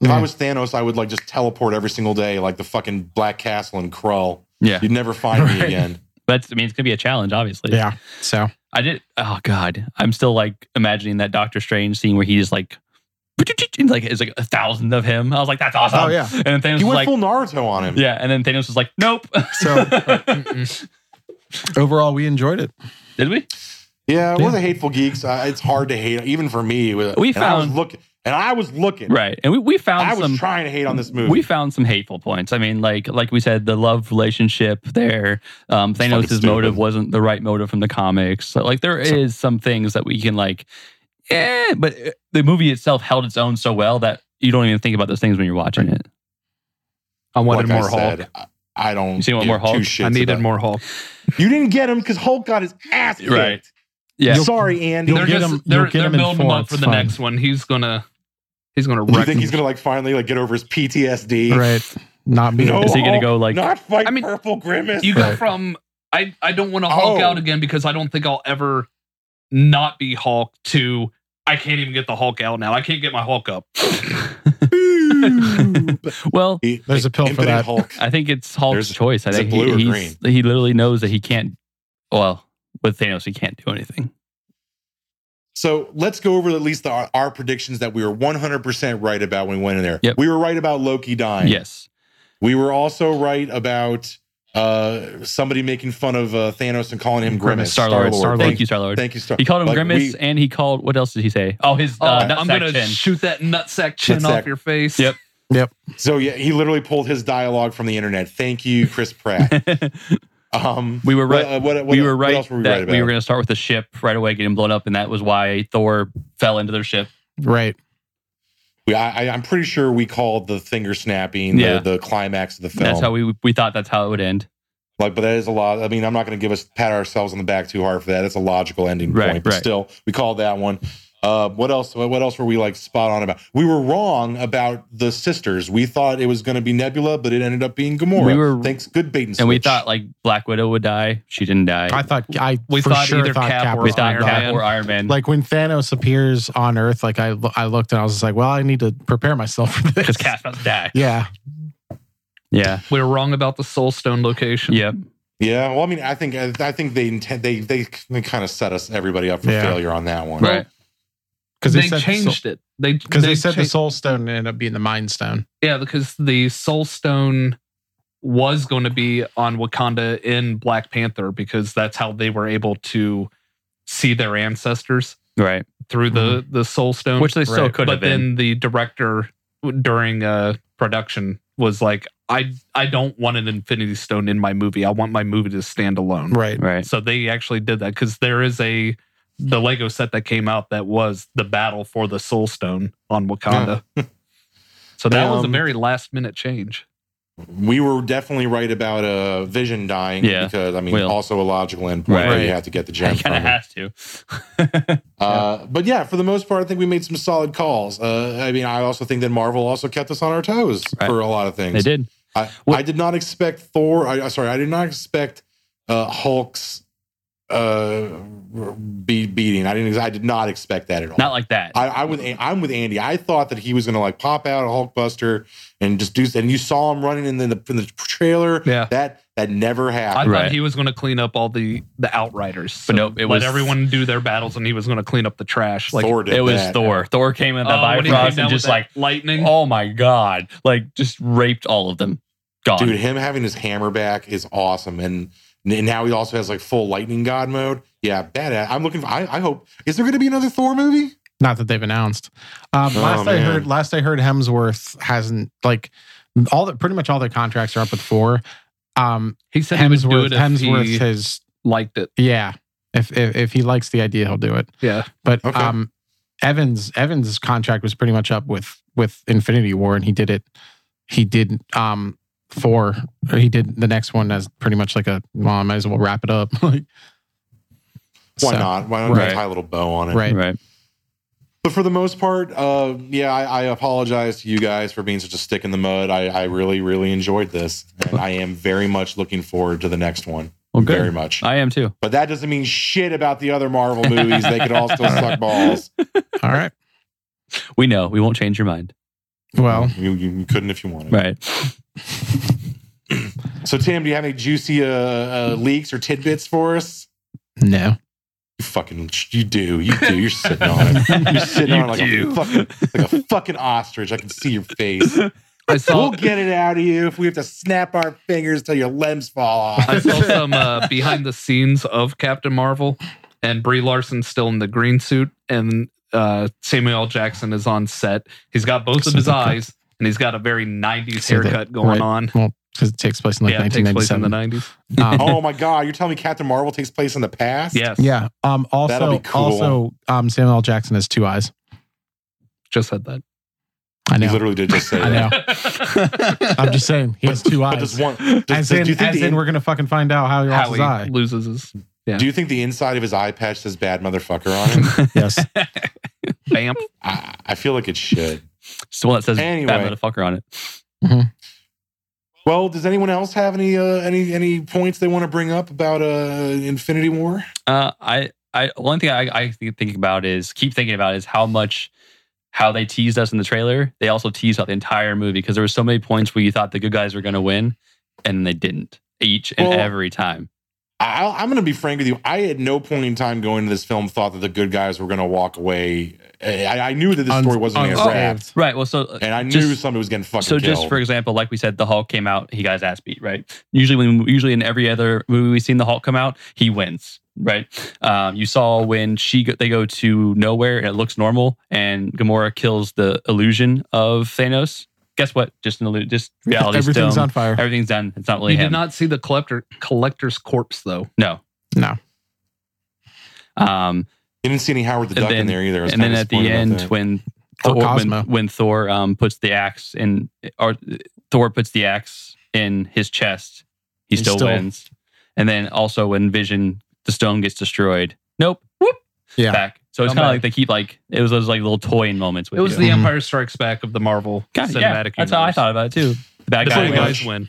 S1: If I was Thanos, I would like just teleport every single day, like the fucking Black Castle and Krull.
S2: Yeah,
S1: You'd never find me
S3: Right.
S1: again.
S2: but I mean, it's going to be a challenge, obviously.
S3: yeah so
S2: I did. Oh God, I'm still like imagining that Doctor Strange scene where he just like, and, like it's like a thousand of him. I was like, that's awesome.
S3: Oh, yeah.
S2: And then Thanos
S1: He
S2: was
S1: went
S2: like,
S1: full Naruto on him.
S2: yeah, and then Thanos was like, nope.
S3: So- overall we enjoyed it
S2: did we?
S1: Yeah, we're
S3: Yeah.
S1: the hateful geeks. Uh, it's hard to hate, even for me.
S2: We
S1: and I was
S2: found-
S1: looking, and I was looking.
S2: Right, and we we found
S1: I was
S2: some.
S1: trying to hate on this movie.
S2: We found some hateful points. I mean, like like we said, the love relationship there. Um,
S1: fucking
S2: Thanos'
S1: stupid.
S2: motive wasn't the right motive from the comics. So, like there is some things that we can like, eh. But uh, the movie itself held its own so well that you don't even think about those things when you're watching it.
S4: I wanted
S1: Like I
S4: more Hulk.
S1: said, I I don't.
S2: You see, want
S1: give
S2: more Hulk?
S1: two shits
S4: I needed
S1: about-
S4: more Hulk.
S1: You didn't get him because Hulk got his ass kicked.
S2: Right. Yeah.
S3: You'll-
S1: Sorry, Andy.
S3: You'll
S4: they're
S3: get
S4: just
S3: him-
S4: they're,
S3: you'll get
S4: they're
S3: him in
S4: building him
S3: four,
S4: up for
S3: it's
S4: the
S3: fine.
S4: next one. He's gonna he's gonna
S1: you
S4: wreck.
S1: think he's gonna like finally like get over his PTSD?
S3: right? Not me.
S1: No,
S2: Is he gonna go,
S1: Hulk,
S2: like-
S1: not fight
S4: I mean,
S1: Purple Grimace?
S4: you go
S3: Right.
S4: from I I don't want to Hulk
S1: Oh.
S4: out again because I don't think I'll ever not be Hulk to I can't even get the Hulk out now. I can't get my Hulk up.
S2: well,
S3: There's a pill for
S1: Infinite
S3: that.
S1: Hulk.
S2: I think it's Hulk's
S1: There's-
S2: choice. I
S1: is it
S2: think
S1: blue or
S2: he, he's, he literally knows that he can't. Well, with Thanos, he can't do anything.
S1: So let's go over at least the, our, our predictions that we were 100% right about when we went in there.
S2: Yep.
S1: We were right about Loki dying.
S2: Yes.
S1: We were also right about uh, somebody making fun of uh, Thanos and calling him Grimace.
S2: Star Lord.
S1: Star-Lord.
S2: Thank you, Star Lord.
S1: Thank you, Star
S2: He called him
S1: Like,
S2: Grimace
S1: we-
S2: and he called, what else did he say? Oh, his uh, nutsack
S4: I'm gonna
S2: chin.
S4: shoot that nutsack chin
S1: Nutsack.
S4: off your face.
S2: Yep.
S1: So yeah, he literally pulled his dialogue from the internet. Thank you, Chris Pratt. Um,
S2: we were right.
S1: What, what,
S2: we were
S1: what
S2: right
S1: else were we
S2: that
S1: right about?
S2: we were going to start with the ship right away, getting blown up, and that was why Thor fell into their ship.
S3: Right.
S1: We- I, I- I'm pretty sure we called the finger snapping
S2: Yeah.
S1: the, the climax of the film.
S2: That's how we we thought that's how it would end.
S1: like, but that is a lot. I mean, I'm not going to give us pat ourselves on the back too hard for that. It's a logical ending
S2: Right,
S1: point, but
S2: right.
S1: still, we called that one. Uh, what else? What else were we like spot on about? We were wrong about the sisters. We thought it was going to be Nebula, but it ended up being Gamora.
S2: We were-
S1: thanks. Good bait and switch.
S2: And we thought like Black Widow would die. She didn't die.
S3: I thought I
S4: We
S3: for
S4: thought
S3: sure
S4: either
S3: thought
S4: Cap
S3: Cap
S4: or
S2: we
S3: was
S2: thought
S3: Iron
S4: Iron
S2: Cap
S4: Man.
S2: or Iron Man.
S3: Like when Thanos appears on Earth, like I I looked and I was just like, well, I need to prepare myself for this.
S2: because Cap's about to die.
S3: Yeah.
S2: Yeah.
S4: We were wrong about the Soul Stone location.
S2: Yep.
S1: yeah. Well, I mean, I think I think they intend they they, they kind of set us everybody up for
S3: Yeah.
S1: failure on that one.
S2: Right.
S3: Because
S4: they, changed it. They
S3: Because they, said
S4: cha-
S3: the Soul Stone ended up being the Mind Stone.
S4: yeah because the Soul Stone was going to be on Wakanda in Black Panther because that's how they were able to see their ancestors
S2: Right.
S4: through the the Soul Stone,
S2: Mm-hmm. Which they still
S3: Right.
S2: could
S4: but
S2: have been.
S4: then the director during uh production was like i i don't want an infinity stone in my movie i want my movie to stand alone
S3: Right.
S2: right.
S4: so they actually did that because there is a the lego set that came out that was the battle for the soul stone on wakanda so that was a
S1: Um,
S4: very last minute change
S1: we were definitely right about uh vision dying
S2: Yeah.
S1: because I mean
S2: Well.
S1: also a logical endpoint where
S2: Right.
S1: you have to get the gem.
S2: I
S1: From
S2: kind of
S1: it.
S2: has to.
S1: Uh, but yeah, for the most part, I think we made some solid calls. Uh, I mean, I also think that Marvel also kept us on our toes
S2: Right.
S1: for a lot of things.
S2: They did.
S1: I,
S2: Well-
S1: I did not expect Thor. I I- sorry, I did not expect uh, Hulk's uh, be beating. I didn't. I did not expect that at all.
S2: Not like that.
S1: I, I with I'm with Andy. I thought that he was going to like pop out a Hulkbuster and just do. And you saw him running in the, in the in the trailer.
S4: Yeah.
S1: that that never
S4: I
S1: happened.
S4: thought
S2: Right.
S4: he was going to clean up all the the outriders,
S2: But
S4: So
S2: nope, it
S4: let
S2: was-
S4: everyone do their battles, and he was going to clean up the trash. Like
S1: Thor did
S2: it was
S1: that.
S2: Thor. Thor came in the
S4: oh, when he came
S2: Bifrost
S4: down
S2: and
S4: with
S2: just
S4: that
S2: like,
S4: lightning.
S2: oh my god, like just raped all of them. Gone.
S1: Dude, him having his hammer back is awesome, and, and now he also has like full lightning god mode. Yeah, badass. I'm looking. For, I, I hope. Is there going to be another Thor movie?
S3: Not that they've announced. Um,
S1: Oh,
S3: last I
S1: man.
S3: heard, last I heard, Hemsworth hasn't like all the pretty much all their contracts are up with four. Um,
S4: he said he would do
S3: Hemsworth,
S4: it if
S3: Hemsworth
S4: he
S3: has
S4: liked it.
S3: yeah. If, if if he likes the idea, he'll do it.
S4: Yeah,
S3: But
S1: Okay.
S3: um, Evans Evans' contract was pretty much up with with Infinity War, and he did it. He did um four. Or he did the next one as pretty much like a well, I might as well wrap it up. Like,
S1: Why
S3: so,
S1: not? Why not
S2: Right.
S1: tie a little bow on it?
S3: Right.
S2: right.
S1: But for the most part, uh, yeah, I, I apologize to you guys for being such a stick in the mud. I, I really, really enjoyed this, and I am very much looking forward to the next one.
S2: Well, good.
S1: Very much.
S2: I am too.
S1: But that doesn't mean shit about the other Marvel movies. They could all still suck balls.
S3: All right.
S2: We know. We won't change your mind.
S3: Well,
S1: you, you, you couldn't if you wanted.
S2: Right.
S1: So, Tim, do you have any juicy uh, uh, leaks or tidbits for us?
S3: no.
S1: You fucking, you do, you do. You're sitting on it. You're sitting
S2: You
S1: on it
S2: do.
S1: like a, fucking, like a fucking ostrich. I can see your face.
S4: I
S1: We'll
S4: saw.
S1: get it out of you if we have to snap our fingers till your limbs fall off.
S4: I saw some uh, behind the scenes of Captain Marvel, and Brie Larson still in the green suit, and uh, Samuel L. Jackson is on set. He's got both of his eyes, and he's got a very '90s
S3: So that-
S4: haircut going
S3: right.
S4: on.
S3: Well, because it takes place in like
S4: yeah, it takes place in the
S3: 1997.
S4: '90s.
S3: Um,
S1: Oh my god, you're telling me Captain Marvel takes place in the past?
S4: Yes,
S3: Yeah. Um.
S1: That'll
S3: Also,
S1: be cool.
S3: also, um, Samuel L. Jackson has two eyes.
S4: just said that.
S3: I
S1: You
S3: know.
S1: literally did just say
S3: I
S1: that.
S3: know. I'm just saying he has two
S1: But
S3: eyes.
S1: just one. Does,
S3: as
S1: does-
S3: in,
S1: do you think
S3: as
S1: the
S3: in
S1: in-
S3: we're gonna fucking find out how he lost
S4: How
S3: his eye.
S4: he loses his
S1: do you think the inside of his eye patch says "bad motherfucker" on it?
S3: Yes.
S4: bamp.
S1: I, I feel like it should.
S2: It's the one that says
S1: Anyway.
S2: bad motherfucker on it.
S1: Well, does anyone else have any uh, any any points they want to bring up about uh, Infinity War?
S2: Uh, I, I one thing I, I think thinking about is keep thinking about is how much how they teased us in the trailer. They also teased out the entire movie because there were so many points where you thought the good guys were going to win and they didn't each and
S1: Well-
S2: every time.
S1: I, I'm going to be frank with you. I at no point in time going into this film thought that the good guys were going to walk away. I, I knew that this
S3: Un-
S1: story wasn't going to
S3: unscathed.
S1: wrap,
S2: Right. Well, so uh,
S1: and I knew
S2: Just-
S1: somebody was getting fucking
S2: so
S1: killed.
S2: just for example, like we said, the Hulk came out, he got his ass beat, right? Usually when usually in every other movie we've seen the Hulk come out, he wins, right? Um, you saw when she go, they go to nowhere and it looks normal, and Gamora kills the illusion of Thanos. Guess what? Just an illusion, just reality
S3: Everything's
S2: stone.
S3: on fire.
S2: Everything's done. It's not really
S4: you
S2: him.
S4: did not see the collector collector's corpse though.
S2: no.
S3: No.
S2: Um,
S1: you didn't see any Howard the
S2: And
S1: Duck in
S2: then-
S1: there either. I was
S2: and then
S1: kinda
S2: at the
S1: disappointed about
S2: end
S1: that.
S2: when
S3: Or
S2: Thor, when,
S3: Cosmo.
S2: when Thor um, puts the axe in or Thor puts the axe in his chest, he
S3: He
S2: still,
S3: still-
S2: wins. And then also when Vision the stone gets destroyed, nope, whoop,
S3: Yeah.
S2: back. So it's
S4: Come
S2: kind of
S4: back.
S2: like they keep like it was those like little toying moments. With
S4: It was
S2: you.
S4: the
S3: Mhm.
S4: Empire Strikes Back of the Marvel
S2: Kinda,
S4: cinematic
S2: yeah,
S4: universe.
S2: That's how I thought about it too. The bad
S4: The
S2: guy
S4: good
S1: pretty
S2: wins.
S4: guys win.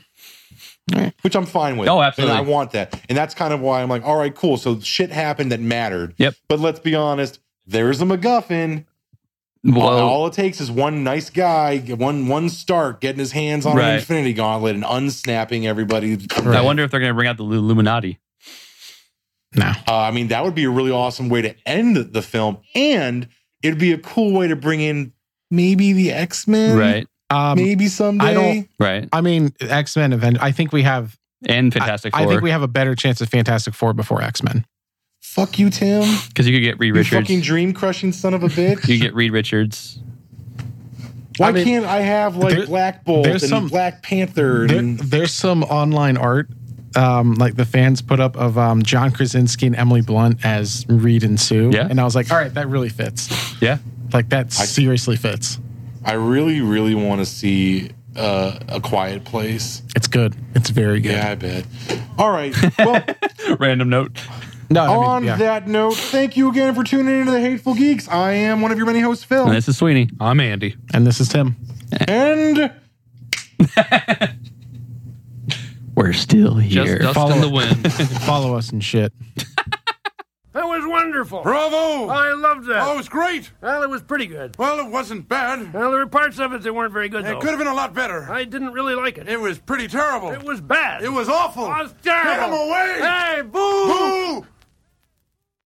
S1: which I'm fine with.
S2: Oh, absolutely.
S1: And I want that. And that's kind of why I'm like, all right, cool. So shit happened that mattered.
S2: Yep.
S1: But let's be honest, there's a MacGuffin.
S2: Well,
S1: all, all it takes is one nice guy, one one Stark getting his hands on
S2: Right.
S1: an Infinity Gauntlet and unsnapping everybody.
S2: I
S3: Right.
S2: wonder if they're going to bring out the Illuminati.
S3: No.
S1: Uh, I mean, that would be a really awesome way to end the film, and it'd be a cool way to bring in maybe the X Men,
S2: Right,
S3: Um,
S1: Maybe someday.
S3: don't-
S2: right,
S3: I mean, X Men. I think we have.
S2: and Fantastic
S3: I
S2: Four
S3: think we have a better chance of Fantastic Four before X Men.
S1: Fuck you, Tim.
S2: because you could get Reed
S1: You
S2: Richards.
S1: fucking dream crushing son of a bitch.
S2: You get Reed Richards.
S1: Why
S3: I mean,
S1: can't I have like
S3: there-
S1: Black Bolt and
S3: there's some-
S1: Black Panther?
S3: There,
S1: and,
S3: there's some online art, um, like the fans put up of um, John Krasinski and Emily Blunt as Reed and Sue.
S2: Yeah.
S3: And I was like, all right, that really fits.
S2: Yeah,
S3: Like that seriously fits.
S1: I really, really want to see uh, a Quiet Place.
S3: It's good. It's very good.
S1: Yeah, I bet. All right. Well,
S2: random note.
S3: No, I mean,
S1: on
S3: yeah.
S1: that note, thank you again for tuning into the Hateful Geeks. I am one of your many hosts, Phil,
S2: And this is Sweeney.
S4: I'm Andy.
S3: and this is Tim.
S1: and
S2: We're still
S4: Just
S2: here.
S4: dust
S3: Follow
S4: in the
S3: it.
S4: wind.
S3: Follow us and shit.
S5: That was wonderful.
S6: Bravo!
S5: I loved that.
S6: Oh, it was great.
S5: Well, it was pretty good.
S6: Well, it wasn't bad.
S5: Well, there were parts of it that weren't very good,
S6: It
S5: though.
S6: could have been a lot better.
S5: I didn't really like it.
S6: It was pretty terrible.
S5: It was bad.
S6: It was awful.
S5: It was terrible.
S6: Get him away!
S5: Hey!